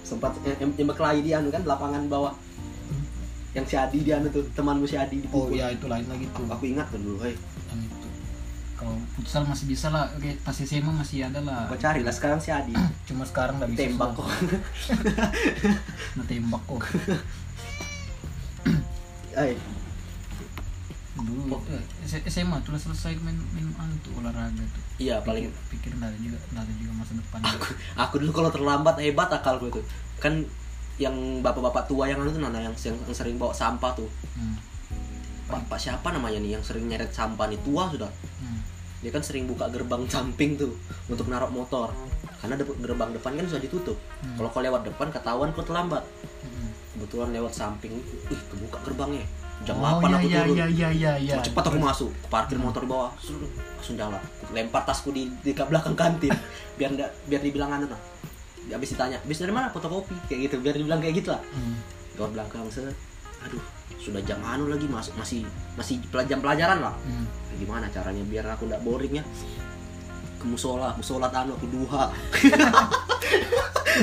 [SPEAKER 1] sempat em- em- yang berkelahi di anu kan lapangan bawah
[SPEAKER 2] Hmm.
[SPEAKER 1] yang si Adi di anu tuh temanmu si Adi dipukul
[SPEAKER 2] oh ya itu lain lagi
[SPEAKER 1] aku,
[SPEAKER 2] tuh
[SPEAKER 1] aku ingat tuh dulu hei
[SPEAKER 2] yang itu kalau futsal masih bisa lah oke pas SMA masih ada lah
[SPEAKER 1] kau carilah sekarang si Adi
[SPEAKER 2] cuma sekarang nggak bisa
[SPEAKER 1] tembak kok
[SPEAKER 2] nah, tembak kok
[SPEAKER 1] Hei,
[SPEAKER 2] dulu
[SPEAKER 1] Oh.
[SPEAKER 2] eh, S- SMA tuh udah selesai main main anu tuh olahraga tuh
[SPEAKER 1] iya paling
[SPEAKER 2] pikir nggak ada juga nggak ada juga masa depan
[SPEAKER 1] aku aku dulu kalau terlambat hebat akalku itu kan yang bapak-bapak tua yang anu tuh nana yang, yang- yang sering bawa sampah tuh
[SPEAKER 2] hmm.
[SPEAKER 1] pak, pak siapa namanya nih yang sering nyeret sampah nih tua sudah
[SPEAKER 2] Hmm.
[SPEAKER 1] dia kan sering buka gerbang samping tuh untuk narok motor karena de- gerbang depan kan sudah ditutup
[SPEAKER 2] Hmm.
[SPEAKER 1] kalau kau lewat depan ketahuan kau terlambat
[SPEAKER 2] Hmm.
[SPEAKER 1] kebetulan lewat samping ih kebuka gerbangnya jam
[SPEAKER 2] oh
[SPEAKER 1] 8 aku
[SPEAKER 2] iya iya
[SPEAKER 1] turun
[SPEAKER 2] iya iya iya iya
[SPEAKER 1] Cuma cepat aku masuk aku parkir motor di bawah Suruh, langsung jalan Aku lempar tasku di, di ke belakang kantin biar nggak- biar dibilang anu nah habis ditanya habis dari mana fotokopi kayak gitu biar dibilang kayak gitu lah
[SPEAKER 2] Hmm.
[SPEAKER 1] lewat belakang set aduh sudah jam anu lagi masuk masih masih pelajaran pelajaran lah
[SPEAKER 2] Hmm.
[SPEAKER 1] gimana caranya biar aku nggak boring ya ke musola aku sholat anu aku duha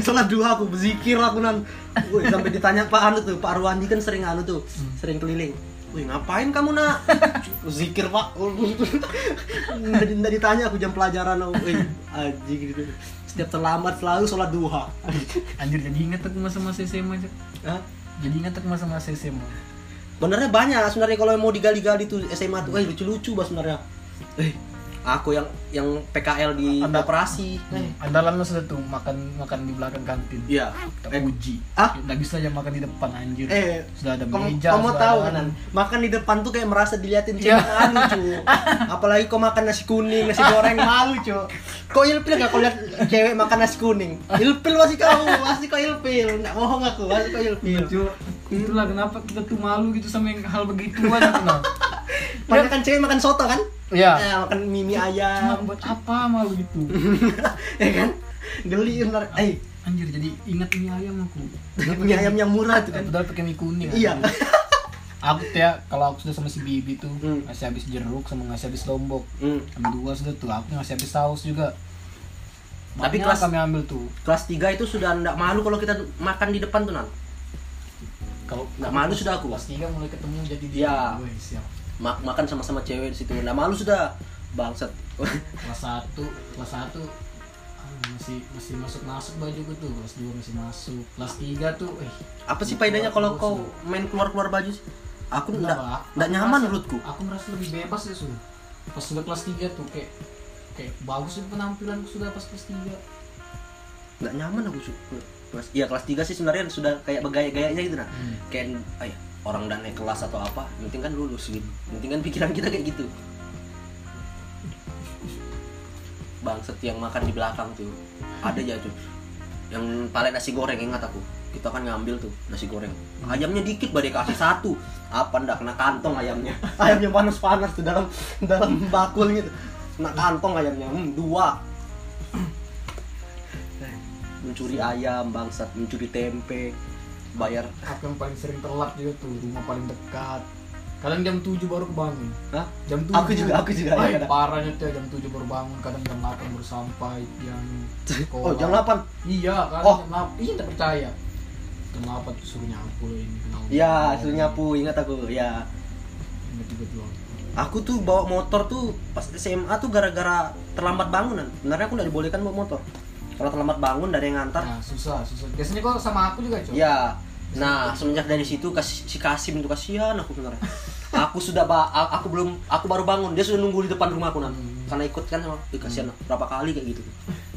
[SPEAKER 1] sholat duha aku berzikir aku nan Woi, sampai ditanya pak anu tuh pak Arwandi kan sering anu tuh sering keliling Wih ngapain kamu nak? Zikir pak Nggak di- nggak ditanya aku jam pelajaran aku Wih anjing gitu Setiap terlambat selalu sholat duha
[SPEAKER 2] anjir jadi inget aku masa-masa SMA aja
[SPEAKER 1] Hah?
[SPEAKER 2] jadi inget aku masa-masa SMA
[SPEAKER 1] Benernya banyak sebenarnya kalau mau digali-gali tuh SMA tuh, eh lucu-lucu bah sebenarnya. Eh, aku yang yang PKL di
[SPEAKER 2] Anda-
[SPEAKER 1] operasi.
[SPEAKER 2] Hmm.
[SPEAKER 1] Eh,
[SPEAKER 2] andalan lo sudah tuh makan makan di belakang kantin
[SPEAKER 1] Iya. Eh,
[SPEAKER 2] kita uji
[SPEAKER 1] ah?
[SPEAKER 2] nggak bisa aja makan di depan anjir
[SPEAKER 1] Eh,
[SPEAKER 2] sudah ada
[SPEAKER 1] kamu,
[SPEAKER 2] meja
[SPEAKER 1] kamu
[SPEAKER 2] sudah
[SPEAKER 1] tahu
[SPEAKER 2] ada-
[SPEAKER 1] kan, Nan? makan di depan tuh kayak merasa diliatin cewek
[SPEAKER 2] Iya.
[SPEAKER 1] anu, cu. Apalagi kau makan nasi kuning, nasi goreng malu, cu. Kau ilpil gak kau lihat cewek makan nasi kuning? Ilpil masih kau, masih kau ilpil. Nggak bohong aku, masih kau
[SPEAKER 2] Iya,
[SPEAKER 1] ilpil.
[SPEAKER 2] Cuk. Itulah kenapa kita tuh malu gitu sama yang hal begituan gitu. Nah.
[SPEAKER 1] Padahal kan cewek makan soto kan?
[SPEAKER 2] Iya.
[SPEAKER 1] Eh, makan mie
[SPEAKER 2] Cuma
[SPEAKER 1] ayam.
[SPEAKER 2] buat apa malu gitu?
[SPEAKER 1] ya kan?
[SPEAKER 2] Iya.
[SPEAKER 1] Geli bener. Eh,
[SPEAKER 2] Anjir, jadi ingat mie ayam aku.
[SPEAKER 1] mie ayam yang murah tuh
[SPEAKER 2] Eh,
[SPEAKER 1] kan.
[SPEAKER 2] Padahal pakai mie kuning.
[SPEAKER 1] Iya.
[SPEAKER 2] anjir. Aku tuh ya kalau aku sudah sama si Bibi tuh
[SPEAKER 1] Hmm.
[SPEAKER 2] ngasih habis jeruk sama ngasih habis lombok.
[SPEAKER 1] Hmm.
[SPEAKER 2] Yang dua sudah tuh aku ngasih habis saus juga.
[SPEAKER 1] Tapi
[SPEAKER 2] Tapi
[SPEAKER 1] kelas-
[SPEAKER 2] kelas kami ambil tuh.
[SPEAKER 1] Kelas 3 itu sudah ndak malu kalau kita makan di depan tuh, Nan.
[SPEAKER 2] Kalau
[SPEAKER 1] Nggak malu sudah aku.
[SPEAKER 2] Kelas tiga mulai ketemu jadi
[SPEAKER 1] Iya.
[SPEAKER 2] dia. Wih, siap.
[SPEAKER 1] Ma- makan sama-sama cewek di situ. Ndak malu sudah. Bangsat.
[SPEAKER 2] kelas satu kelas satu ah, masih masih masuk masuk baju gue tuh kelas dua masih masuk kelas tiga tuh eh
[SPEAKER 1] Apa sih faedahnya kalau kau main keluar-keluar baju sih? Aku ndak
[SPEAKER 2] Pak.
[SPEAKER 1] ndak
[SPEAKER 2] Aku
[SPEAKER 1] nyaman
[SPEAKER 2] merasa-
[SPEAKER 1] menurutku.
[SPEAKER 2] aku merasa lebih bebas ya sudah pas sudah kelas tiga tuh kayak kayak bagus sih penampilanku sudah pas kelas tiga
[SPEAKER 1] Ndak nyaman aku su- kelas iya kelas 3 sih sebenarnya sudah kayak bergaya-gayanya gitu nah.
[SPEAKER 2] Hmm.
[SPEAKER 1] Kayak ay, orang dan naik kelas atau apa, yang penting kan lulus gitu. Yang penting kan pikiran kita kayak gitu. Bangsat yang makan di belakang tuh. Ada ya tuh. Yang paling nasi goreng ingat aku. Kita kan ngambil tuh nasi goreng. Ayamnya dikit badai kasih satu. Apa ndak kena kantong ayamnya. Ayamnya panas-panas tuh dalam dalam bakul gitu. Kena kantong ayamnya. Hmm, dua. Mencuri ayam bangsat, mencuri tempe. Bayar
[SPEAKER 2] aku yang paling sering telat juga tuh rumah paling dekat kadang jam 7 baru kebangun
[SPEAKER 1] Hah?
[SPEAKER 2] jam 7
[SPEAKER 1] Aku juga, aku juga,
[SPEAKER 2] Ay,
[SPEAKER 1] ya, kadang.
[SPEAKER 2] parahnya tuh ya, jam 7 baru bangun kadang jam 8 baru sampai yang
[SPEAKER 1] Oh, jam 8.
[SPEAKER 2] Iya, kan
[SPEAKER 1] Oh.
[SPEAKER 2] jam 8. Ih, tak percaya. Jam 8 tuh suruh nyapu loh ini kenal.
[SPEAKER 1] Ya, suruh nyapu, ingat aku. Ya.
[SPEAKER 2] Tiba-tiba tuh.
[SPEAKER 1] Aku tuh bawa motor tuh pas SMA tuh gara-gara terlambat bangunan. Sebenarnya aku nggak dibolehkan bawa motor. Kalau terlambat bangun dari yang ngantar.
[SPEAKER 2] Nah, susah, susah. Biasanya kok sama aku juga, Cok.
[SPEAKER 1] Ya. Nah, semenjak dari situ kas- si Kasim tuh kasihan aku sebenarnya. aku sudah ba a- aku belum aku baru bangun, dia sudah nunggu di depan rumahku nah.
[SPEAKER 2] Hmm.
[SPEAKER 1] Karena ikut kan sama "Ih, kasihan lah, berapa kali kayak gitu.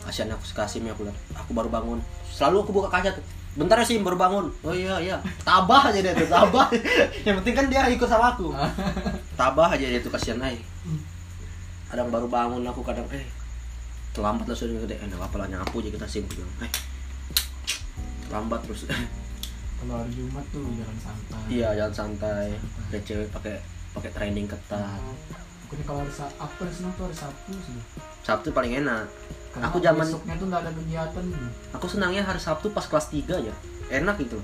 [SPEAKER 1] Kasihan aku si Kasim ya aku lihat. Aku baru bangun. Selalu aku buka kaca tuh. bentar ya sih baru bangun oh iya iya
[SPEAKER 3] tabah aja dia tuh tabah yang penting kan dia ikut sama aku
[SPEAKER 1] tabah aja dia tuh kasihan ay kadang baru bangun aku kadang eh terlambat lah sudah gede eh nggak apa-apa lah nyapu aja kita simpul eh terlambat terus
[SPEAKER 2] kalau hari Jumat tuh jalan santai
[SPEAKER 1] iya jalan santai ada cewek pakai pakai training ketat
[SPEAKER 2] pokoknya kalau hari Sa- aku hari Senin tuh hari Sabtu sih
[SPEAKER 1] Sabtu paling enak
[SPEAKER 2] Karena
[SPEAKER 1] Aku zaman-
[SPEAKER 2] besoknya tuh nggak ada kegiatan
[SPEAKER 1] aku senangnya hari Sabtu pas kelas 3 aja enak gitu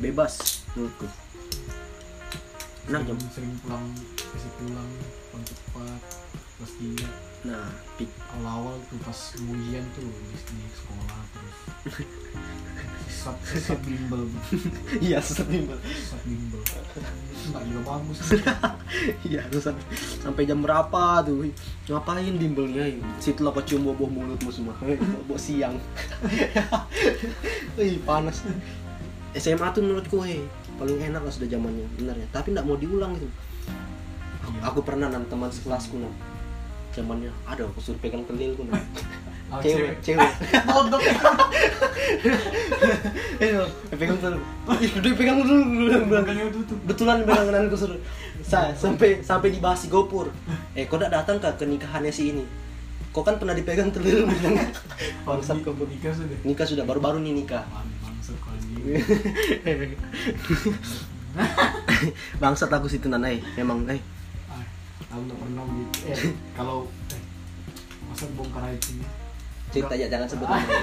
[SPEAKER 1] bebas menurutku Nah, enak jam
[SPEAKER 2] sering, sering pulang kasih pulang pulang cepat terus tiga
[SPEAKER 1] nah pik-
[SPEAKER 2] awal-awal tuh pas mau ujian tuh di, di sekolah terus sesat sesat bimbel
[SPEAKER 3] iya sesat bimbel
[SPEAKER 2] sesat bimbel itu nggak juga bagus
[SPEAKER 1] iya terus sam- sampai jam berapa tuh ngapain bimbelnya ya? situ lah kecium boboh mulutmu semua Hei, boboh siang Ih, panas SMA tuh menurutku hei paling enak lah sudah zamannya benernya tapi nggak mau diulang gitu
[SPEAKER 2] Iya.
[SPEAKER 1] aku pernah nam teman sekelasku nam zamannya ada aku suruh pegang kelilku nam
[SPEAKER 2] Ah,
[SPEAKER 1] cewek cewek
[SPEAKER 2] bodoh
[SPEAKER 3] eh
[SPEAKER 1] Iya,
[SPEAKER 3] Nol, pegang dulu Ih, dia pegang dulu bilang, bilang.
[SPEAKER 2] bukannya tutup
[SPEAKER 3] betulan peganganku suruh
[SPEAKER 1] Sa- sampai sampai dibahas si gopur eh kok nggak datang ke kenikahannya si ini kok kan pernah dipegang telur bilang bangsat
[SPEAKER 2] Di-
[SPEAKER 1] gopur
[SPEAKER 2] nikah sudah Ah,
[SPEAKER 1] nikah sudah baru-baru nih nikah
[SPEAKER 2] bangsat kalau
[SPEAKER 1] Iya.
[SPEAKER 2] ini
[SPEAKER 1] bangsat aku situ nanai memang eh
[SPEAKER 2] Ah, aku nggak pernah gitu eh kalau eh, masa bongkar aib ini
[SPEAKER 1] cerita aja jangan
[SPEAKER 2] Ah.
[SPEAKER 1] sebut nama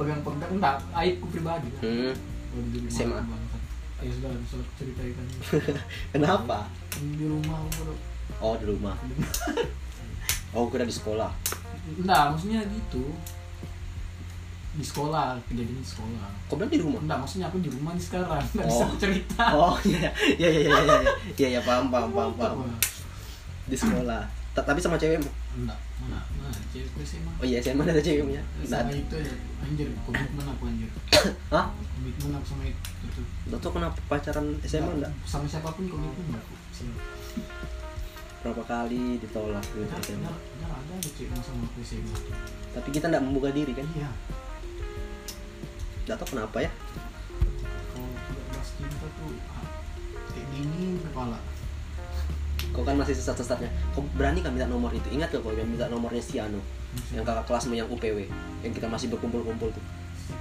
[SPEAKER 2] pegang-pegang enggak aibku pribadi lah.
[SPEAKER 1] hmm,
[SPEAKER 2] Kalau di rumah
[SPEAKER 1] SMA.
[SPEAKER 2] bangsat. ya sudah harus aku ceritakan
[SPEAKER 1] kenapa
[SPEAKER 2] di rumah aku baru-
[SPEAKER 1] oh di rumah oh kira di sekolah
[SPEAKER 2] Enggak, maksudnya gitu di sekolah kejadian di sekolah
[SPEAKER 1] kok bilang di rumah
[SPEAKER 2] enggak maksudnya aku di rumah nih sekarang nggak
[SPEAKER 1] Oh.
[SPEAKER 2] bisa aku cerita
[SPEAKER 1] oh iya iya iya iya iya iya iya paham paham paham paham
[SPEAKER 2] Wah,
[SPEAKER 1] di sekolah Ta- tapi sama cewekmu
[SPEAKER 2] enggak mana mana cewek gue sih mah
[SPEAKER 1] oh iya SMA ada ceweknya
[SPEAKER 2] sama
[SPEAKER 1] Nggak ada.
[SPEAKER 2] itu aja anjir komitmen aku anjir
[SPEAKER 1] hah
[SPEAKER 2] komitmen aku sama itu tuh
[SPEAKER 1] Lo tuh kenapa pacaran SMA enggak?
[SPEAKER 2] sama siapapun komitmen aku Sih.
[SPEAKER 1] Berapa kali ditolak gitu
[SPEAKER 2] Nggak-
[SPEAKER 1] SMA.
[SPEAKER 2] nggak- nggak ada aja cewek yang sama aku sih mah
[SPEAKER 1] Tapi kita enggak membuka diri kan?
[SPEAKER 2] iya
[SPEAKER 1] Enggak tahu kenapa ya.
[SPEAKER 2] kalau tidak bahas cinta tuh ah, kayak dingin kepala
[SPEAKER 1] Kau kan masih sesat-sesatnya. Kau berani kan minta nomor itu? Ingat gak kau yang minta nomornya si Anu? Yang kakak kelasmu yang UPW yang kita masih berkumpul-kumpul tuh.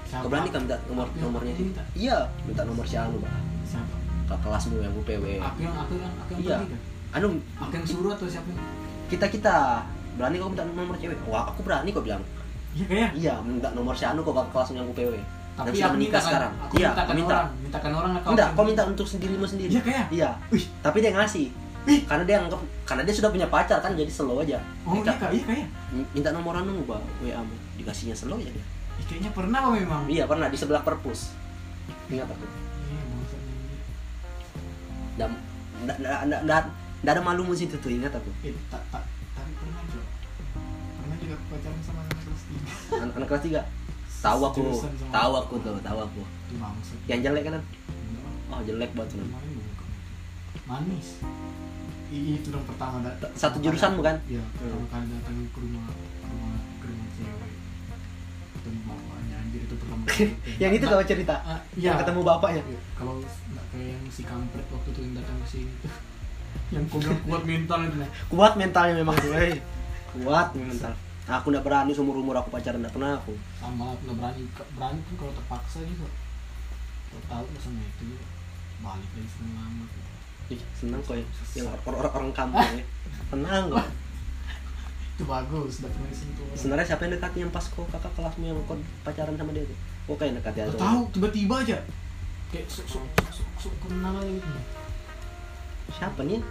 [SPEAKER 2] Siapa?
[SPEAKER 1] Kau berani kan minta nomor
[SPEAKER 2] Aku yang
[SPEAKER 1] nomornya itu?
[SPEAKER 2] minta.
[SPEAKER 1] Iya, minta nomor si Anu, Pak.
[SPEAKER 2] siapa
[SPEAKER 1] Kakak kelasmu yang UPW.
[SPEAKER 2] aku yang aku yang aku yang
[SPEAKER 1] Iya.
[SPEAKER 2] pergi kan?
[SPEAKER 1] Anu,
[SPEAKER 2] Aku yang suruh atau siapa yang?
[SPEAKER 1] kita-kita berani kau minta nomor cewek? Wah, aku berani kau bilang.
[SPEAKER 2] Iya kayak.
[SPEAKER 1] Iya, minta nomor si Anu kau kakak kelasmu yang UPW. Dan
[SPEAKER 2] Tapi
[SPEAKER 1] sudah
[SPEAKER 2] aku
[SPEAKER 1] menikah
[SPEAKER 2] minta
[SPEAKER 1] sekarang.
[SPEAKER 2] sekarang. Aku
[SPEAKER 1] Iya,
[SPEAKER 2] mintakan
[SPEAKER 1] kau minta.
[SPEAKER 2] orang, mintakan orang atau
[SPEAKER 1] Enggak,
[SPEAKER 2] aku
[SPEAKER 1] kau
[SPEAKER 2] yang-
[SPEAKER 1] minta untuk sendirimu sendiri.
[SPEAKER 2] Iya kayak.
[SPEAKER 1] Iya.
[SPEAKER 2] Wih.
[SPEAKER 1] Tapi dia ngasih. Karena dia anggap karena dia sudah punya pacar kan jadi slow aja.
[SPEAKER 2] Oh iya
[SPEAKER 1] Minta,
[SPEAKER 2] kayak, iya kayak.
[SPEAKER 1] minta Anu, nomoran lu Mbak WA mu. Dikasihnya slow aja dia.
[SPEAKER 2] Ih, kayaknya pernah kok memang.
[SPEAKER 1] Iya, pernah di sebelah perpus. Ingat aku.
[SPEAKER 2] Iya, maksudnya ini.
[SPEAKER 1] Dan nda- nda- nda- nda- nda ada malumu situ tuh ingat aku.
[SPEAKER 2] Eh, tak tak tapi pernah juga. Pernah juga aku pacaran sama anak kelas tiga.
[SPEAKER 1] Anak, anak kelas 3. Tahu aku,
[SPEAKER 2] Sejurusan sama
[SPEAKER 1] tahu
[SPEAKER 2] aku.
[SPEAKER 1] aku tuh, tahu aku.
[SPEAKER 2] Itu maksud.
[SPEAKER 1] Yang jelek kan?
[SPEAKER 2] Enggak,
[SPEAKER 1] Oh, jelek banget tuh.
[SPEAKER 2] kemarin gue buka itu. Manis. Iya itu dong pertama dat-
[SPEAKER 1] Satu kan? Hmm.
[SPEAKER 2] pertama
[SPEAKER 1] jurusan
[SPEAKER 2] kali-
[SPEAKER 1] bukan?
[SPEAKER 2] Iya, pertama kali datang ke rumah ke rumah ke rumah cewek. Ketemu bapaknya anjir itu pertama kali.
[SPEAKER 3] yang itu
[SPEAKER 2] Nah,
[SPEAKER 3] kau cerita
[SPEAKER 2] ah,
[SPEAKER 3] yang
[SPEAKER 2] Iya.
[SPEAKER 3] ketemu bapaknya
[SPEAKER 2] kalau nggak kayak yang si kampret waktu itu yang datang ke sini tuh. yang kau bilang kuat mental itu nah
[SPEAKER 3] kuat mentalnya memang tuh eh.
[SPEAKER 1] Kuat mental. Aku nggak berani seumur umur aku pacaran nggak pernah aku.
[SPEAKER 2] sama aku nggak berani Ke- berani pun kalau terpaksa juga kalau tahu nggak sama itu juga balik lagi sama lama gitu.
[SPEAKER 1] Ih, senang kok ya. Yang orang orang kampung ya. Tenang kok.
[SPEAKER 2] itu bagus udah pernah sentuh orang
[SPEAKER 1] Sebenarnya siapa yang dekatnya yang pas kok kakak kelasmu yang kau pacaran sama dia tuh? Kok kayak dekat ya?
[SPEAKER 2] Nggak
[SPEAKER 1] tuh?
[SPEAKER 2] tahu tiba-tiba aja kayak sok sok sok sok, sok kenal aja gitu
[SPEAKER 1] Siapa nih?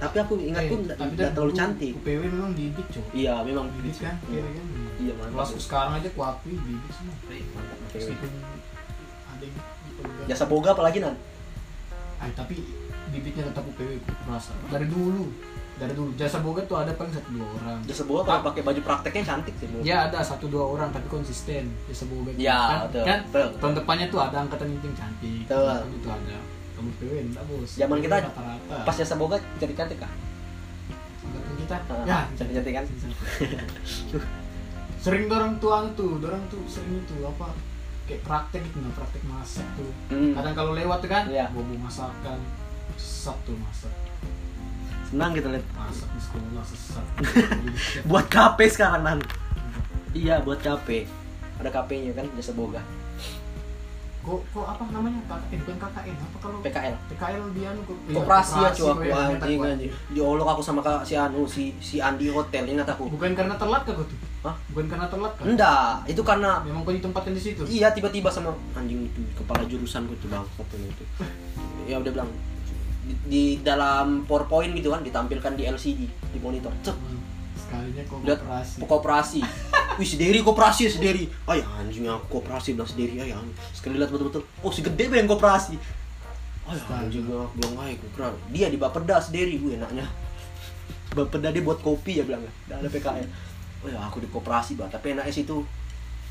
[SPEAKER 1] Tapi aku ingat tuh nggak-
[SPEAKER 2] Eh, tapi
[SPEAKER 1] nggak
[SPEAKER 2] dah
[SPEAKER 1] terlalu
[SPEAKER 2] dulu
[SPEAKER 1] cantik.
[SPEAKER 2] UPW memang didik cok
[SPEAKER 1] Iya, memang
[SPEAKER 2] didik kan
[SPEAKER 1] Iya,
[SPEAKER 2] iya kan
[SPEAKER 1] Iya, mantap.
[SPEAKER 2] kelasku sekarang aja kuakui didik
[SPEAKER 1] Iya,
[SPEAKER 2] semua
[SPEAKER 1] Mantap, cewek.
[SPEAKER 2] meskipun ada yang dipegang.
[SPEAKER 1] Jasa boga apalagi nan?
[SPEAKER 2] Ay, Eh, tapi bibitnya tetap UPW merasa dari dulu dari dulu jasa boga tuh ada paling satu dua orang
[SPEAKER 1] Jasa boga kalau pakai baju prakteknya cantik sih menurut.
[SPEAKER 2] ya ada satu dua orang tapi konsisten jasa boga tuh.
[SPEAKER 1] Ya,
[SPEAKER 2] kan,
[SPEAKER 1] betul,
[SPEAKER 2] kan
[SPEAKER 1] betul.
[SPEAKER 2] tahun depannya tuh ada angkatan itu yang cantik
[SPEAKER 1] Betul.
[SPEAKER 2] tahun itu ada kamu UPW enggak bos
[SPEAKER 1] Zaman kita
[SPEAKER 2] rata-rata
[SPEAKER 1] Pas jasa boga jadi cantik kah?
[SPEAKER 2] angkatan kita
[SPEAKER 1] Ah,
[SPEAKER 2] ya
[SPEAKER 1] cantik-cantik kan?
[SPEAKER 2] sering dorong tuang tuh dorong tuh sering itu apa kayak praktek gitu nah praktek masak tuh
[SPEAKER 1] Hmm.
[SPEAKER 2] kadang kalau lewat tuh kan
[SPEAKER 3] Iya.
[SPEAKER 2] bobo masakan sesat tuh masak
[SPEAKER 1] senang gitu lihat
[SPEAKER 2] masak di sekolah sesat
[SPEAKER 1] buat KP sekarang nan iya buat KP ada KP nya kan jasa boga
[SPEAKER 2] kok kok apa namanya KKN bukan KKN apa kalau
[SPEAKER 1] PKL
[SPEAKER 2] PKL dia anu kok iya,
[SPEAKER 1] koperasi ya
[SPEAKER 2] koperasi
[SPEAKER 1] cuy aku
[SPEAKER 2] kok ya, ternyata
[SPEAKER 1] anjing
[SPEAKER 2] kok.
[SPEAKER 1] anjing diolok aku sama kak si Anu si si Andi hotel ingat aku
[SPEAKER 2] bukan karena telat kah kau tuh
[SPEAKER 1] Hah?
[SPEAKER 2] bukan karena telat kah
[SPEAKER 1] enggak itu karena
[SPEAKER 2] memang kau ditempatkan di situ
[SPEAKER 1] Iya tiba-tiba sama anjing itu kepala jurusan gue tuh bangsat ini itu. Ya udah bilang di, di dalam PowerPoint gitu kan ditampilkan di LCD di monitor. Cek
[SPEAKER 2] Hmm. sekalinya kok
[SPEAKER 1] lihat
[SPEAKER 2] koperasi
[SPEAKER 1] koperasi. Wih sendiri koperasi sendiri. Ay anjing aku koperasi bilang sendiri ay anjing. Sekali lihat betul-betul. Oh si gede bang koperasi. Ay anjing gue bilang ay kurang. Dia di Bapeda sendiri gue enaknya. Bapeda dia buat kopi ya bilang. Dah ada PKL. Oh ya aku di koperasi bah tapi enaknya situ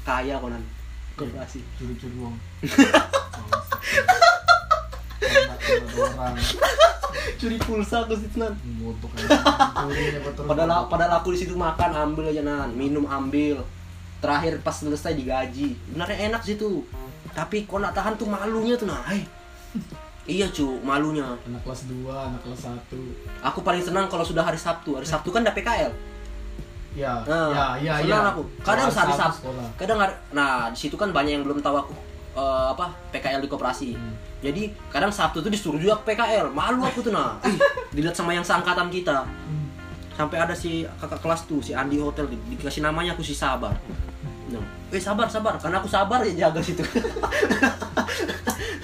[SPEAKER 1] kaya konan koperasi.
[SPEAKER 2] curi-curi uang orang
[SPEAKER 1] curi pulsa ke situ nan
[SPEAKER 2] bodoh kan
[SPEAKER 1] padahal padahal aku di situ makan ambil aja nan minum ambil terakhir pas selesai digaji sebenarnya enak sih tuh tapi kok nak tahan tuh malunya tuh nah eh. iya cu malunya
[SPEAKER 2] anak kelas 2, anak kelas 1
[SPEAKER 1] aku paling senang kalau sudah hari Sabtu hari Sabtu kan ada PKL
[SPEAKER 2] ya ya
[SPEAKER 1] nah,
[SPEAKER 2] ya ya
[SPEAKER 1] senang aku kadang
[SPEAKER 2] Kelas
[SPEAKER 1] hari
[SPEAKER 2] satu
[SPEAKER 1] Sabtu
[SPEAKER 2] sekolah
[SPEAKER 1] kadang hari, nah di situ kan banyak yang belum tahu aku eh, apa PKL di koperasi
[SPEAKER 2] Hmm.
[SPEAKER 1] jadi kadang Sabtu tuh disuruh juga ke PKL malu aku tuh nah Ih, dilihat sama yang seangkatan kita
[SPEAKER 2] Hmm.
[SPEAKER 1] sampai ada si kakak kelas tuh si Andi Hotel di- dikasih namanya aku si Sabar no. eh sabar sabar karena aku sabar ya jaga situ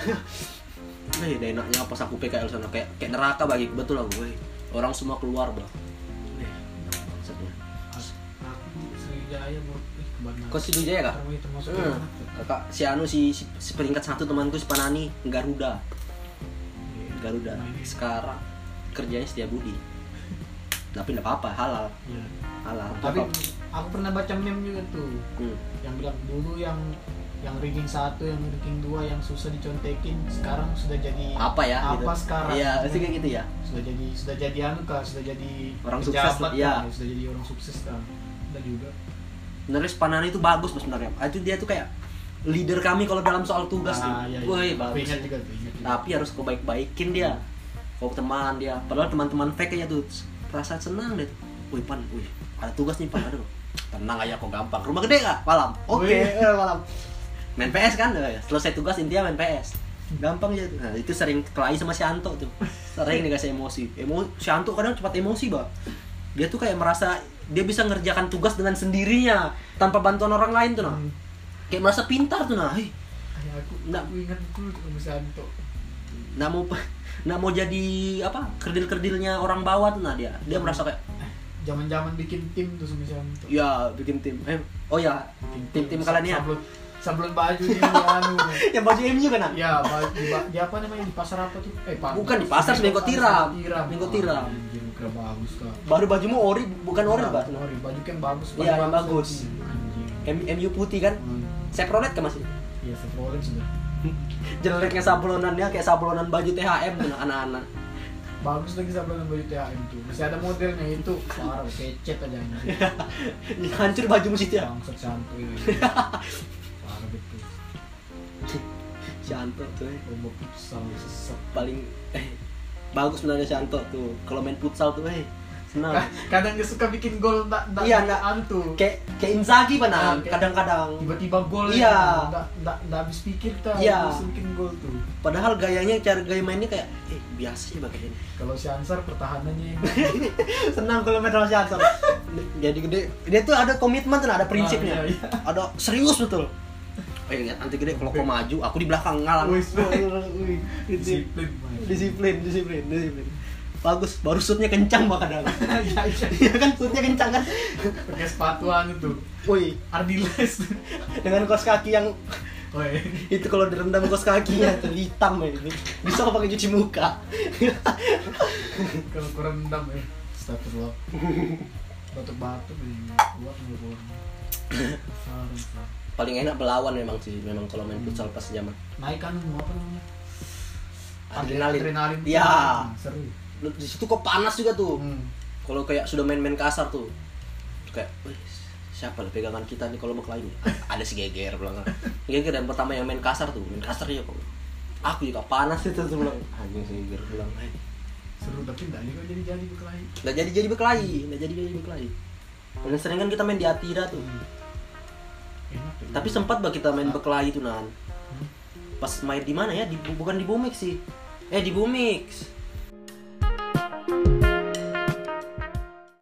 [SPEAKER 1] eh udah enaknya pas aku PKL sana kayak kayak neraka bagi betul aku weh. orang semua keluar bah Eh, enak banget tuh.
[SPEAKER 2] aku Sriwijaya mau eh kebanyakan
[SPEAKER 1] kau situ aja ya kak
[SPEAKER 2] Termasuk- termasuk
[SPEAKER 1] Hmm.
[SPEAKER 2] kebanyakan.
[SPEAKER 1] kakak si Anu si, si, si peringkat satu temanku si Panani Garuda
[SPEAKER 2] Iya.
[SPEAKER 1] Garuda
[SPEAKER 2] Main.
[SPEAKER 1] sekarang kerjanya setiap budi tapi nggak apa-apa halal
[SPEAKER 2] Iya.
[SPEAKER 1] halal
[SPEAKER 2] tapi aku pernah baca meme juga tuh
[SPEAKER 1] Hmm.
[SPEAKER 2] yang bilang dulu yang yang ranking satu yang ranking dua yang susah dicontekin sekarang sudah jadi
[SPEAKER 1] apa ya
[SPEAKER 2] apa sekarang
[SPEAKER 1] iya pasti kayak gitu ya
[SPEAKER 2] sudah jadi sudah jadi anu kah sudah jadi
[SPEAKER 1] Orang sukses,
[SPEAKER 2] pejabat kah?
[SPEAKER 1] iya.
[SPEAKER 2] sudah jadi orang sukses kan ada juga
[SPEAKER 1] sebenarnya Spanani itu bagus loh sebenarnya Nah, itu dia tuh kayak leader kami kalau dalam soal tugas tuh
[SPEAKER 2] Ah, iya, iya.
[SPEAKER 1] Woi,
[SPEAKER 2] Aku
[SPEAKER 1] bagus Nah,
[SPEAKER 2] ingat juga tuh, ingat juga.
[SPEAKER 1] tapi harus kau baik-baikin dia kau teman dia padahal teman-teman fake nya tuh rasa senang deh wih pan wih ada tugas nih pan aduh tenang aja kok gampang rumah gede gak malam oke
[SPEAKER 2] Wih.
[SPEAKER 1] eh, malam main PS kan eh, selesai tugas intinya main PS gampang aja tuh. nah, itu sering kelahi sama si Anto tuh sering dikasih emosi emosi si Anto kadang cepat emosi bah dia tuh kayak merasa dia bisa ngerjakan tugas dengan sendirinya tanpa bantuan orang lain tuh nah
[SPEAKER 2] Hmm.
[SPEAKER 1] kayak merasa pintar tuh nah Hei,
[SPEAKER 2] Ayah Iya, aku
[SPEAKER 1] Nggak.
[SPEAKER 2] aku ingat dulu tuh sama Santo
[SPEAKER 1] nggak mau nggak mau jadi apa kerdil kerdilnya orang bawah tuh nah dia dia merasa kayak
[SPEAKER 2] zaman zaman bikin tim tuh sama Santo
[SPEAKER 1] ya bikin tim eh oh ya tim tim kalian ya
[SPEAKER 2] sablon sablon baju di anu
[SPEAKER 1] yang baju MU kan Nan?
[SPEAKER 2] ya baju di, ba- di apa namanya di pasar apa tuh eh pasar
[SPEAKER 1] Bukan, di pasar Minggu Tiram. Minggu
[SPEAKER 2] Ah,
[SPEAKER 1] Tiram.
[SPEAKER 2] anjir, lu kira bagus kah
[SPEAKER 1] baru bajumu ori bukan ori bah
[SPEAKER 2] Bukan ori baju kan bagus
[SPEAKER 1] Iya,
[SPEAKER 2] baju
[SPEAKER 1] yang bagus.
[SPEAKER 2] Anjing.
[SPEAKER 1] M- MU putih kan
[SPEAKER 2] Hmm.
[SPEAKER 1] seprolet kan masih
[SPEAKER 2] Iya, Sablon sudah.
[SPEAKER 1] jeleknya sablonannya kayak sablonan baju THM tuh nah, anak-anak
[SPEAKER 2] Bagus lagi Sablon baju THM tuh. Masih ada modelnya itu. Parah, kecet aja anjing.
[SPEAKER 1] hancur baju mesti ya
[SPEAKER 2] Bangsat santuy. Parah gitu.
[SPEAKER 1] si Anto tuh eh.
[SPEAKER 2] Rombok futsal sesek.
[SPEAKER 1] paling eh, bagus sebenarnya si Anto tuh kalau main futsal tuh eh senang
[SPEAKER 2] Ka- Nah, Kadang dia suka bikin gol ndak ndak
[SPEAKER 1] Iya, nggak.
[SPEAKER 2] naan tuh.
[SPEAKER 1] kayak kayak Inzaghi Pak, Nan.
[SPEAKER 2] Ah, kayak-
[SPEAKER 1] kadang-kadang
[SPEAKER 2] Tiba-tiba gol
[SPEAKER 1] Iya.
[SPEAKER 2] ya. Ndak ndak ndak habis pikir tuh.
[SPEAKER 1] Iya.
[SPEAKER 2] Langsung bikin gol tuh.
[SPEAKER 1] padahal gayanya cara gaya mainnya kayak eh biasa sih bagian
[SPEAKER 2] Kalau si Ansar pertahanannya
[SPEAKER 1] senang kalau main sama si Anto jadi gede dia tuh ada komitmen tuh Nan, ada prinsipnya
[SPEAKER 2] Ah, iya, iya.
[SPEAKER 1] ada serius betul Eh, lihat nanti gede kalau kau maju, aku di belakang ngalang.
[SPEAKER 2] Wih,
[SPEAKER 1] Wih, gitu.
[SPEAKER 2] disiplin. Mai.
[SPEAKER 1] disiplin disiplin disiplin bagus baru shootnya kencang bah kadang
[SPEAKER 2] Iya, iya.
[SPEAKER 1] iya kan shootnya kencang kan
[SPEAKER 2] Pakai sepatuan itu.
[SPEAKER 1] woi
[SPEAKER 2] Ardiles.
[SPEAKER 1] dengan kos kaki yang
[SPEAKER 2] Oh, iya.
[SPEAKER 1] itu kalau direndam kos kakinya tuh hitam ya ini bisa kok pakai cuci muka
[SPEAKER 2] kalau kurang dendam ya astagfirullah batuk-batuk nih kuat nggak keluar Saran, saran.
[SPEAKER 1] paling enak melawan memang sih memang kalau main futsal pas zaman
[SPEAKER 2] naik kan mau apa namanya
[SPEAKER 1] adrenalin
[SPEAKER 2] adrenalin
[SPEAKER 1] ya
[SPEAKER 2] Hmm, seru
[SPEAKER 1] Lu di situ kok panas juga tuh
[SPEAKER 2] hmm.
[SPEAKER 1] kalau kayak sudah main-main kasar tuh kayak wih, siapa nih pegangan kita nih kalau berkelahi nih? ada si geger bilang geger yang pertama yang main kasar tuh main kasar dia kok aku juga panas itu tuh bilang anjing si geger bilang "Hai."
[SPEAKER 2] seru tapi enggak nih kok jadi jadi berkelahi
[SPEAKER 1] nggak jadi jadi berkelahi nggak jadi jadi berkelahi paling sering kan kita main di Atira tuh
[SPEAKER 2] enak ya.
[SPEAKER 1] tapi sempat bah kita main berkelahi tuh nan
[SPEAKER 2] Hmm.
[SPEAKER 1] pas main di mana ya di, bukan di Bumix sih eh di Bumix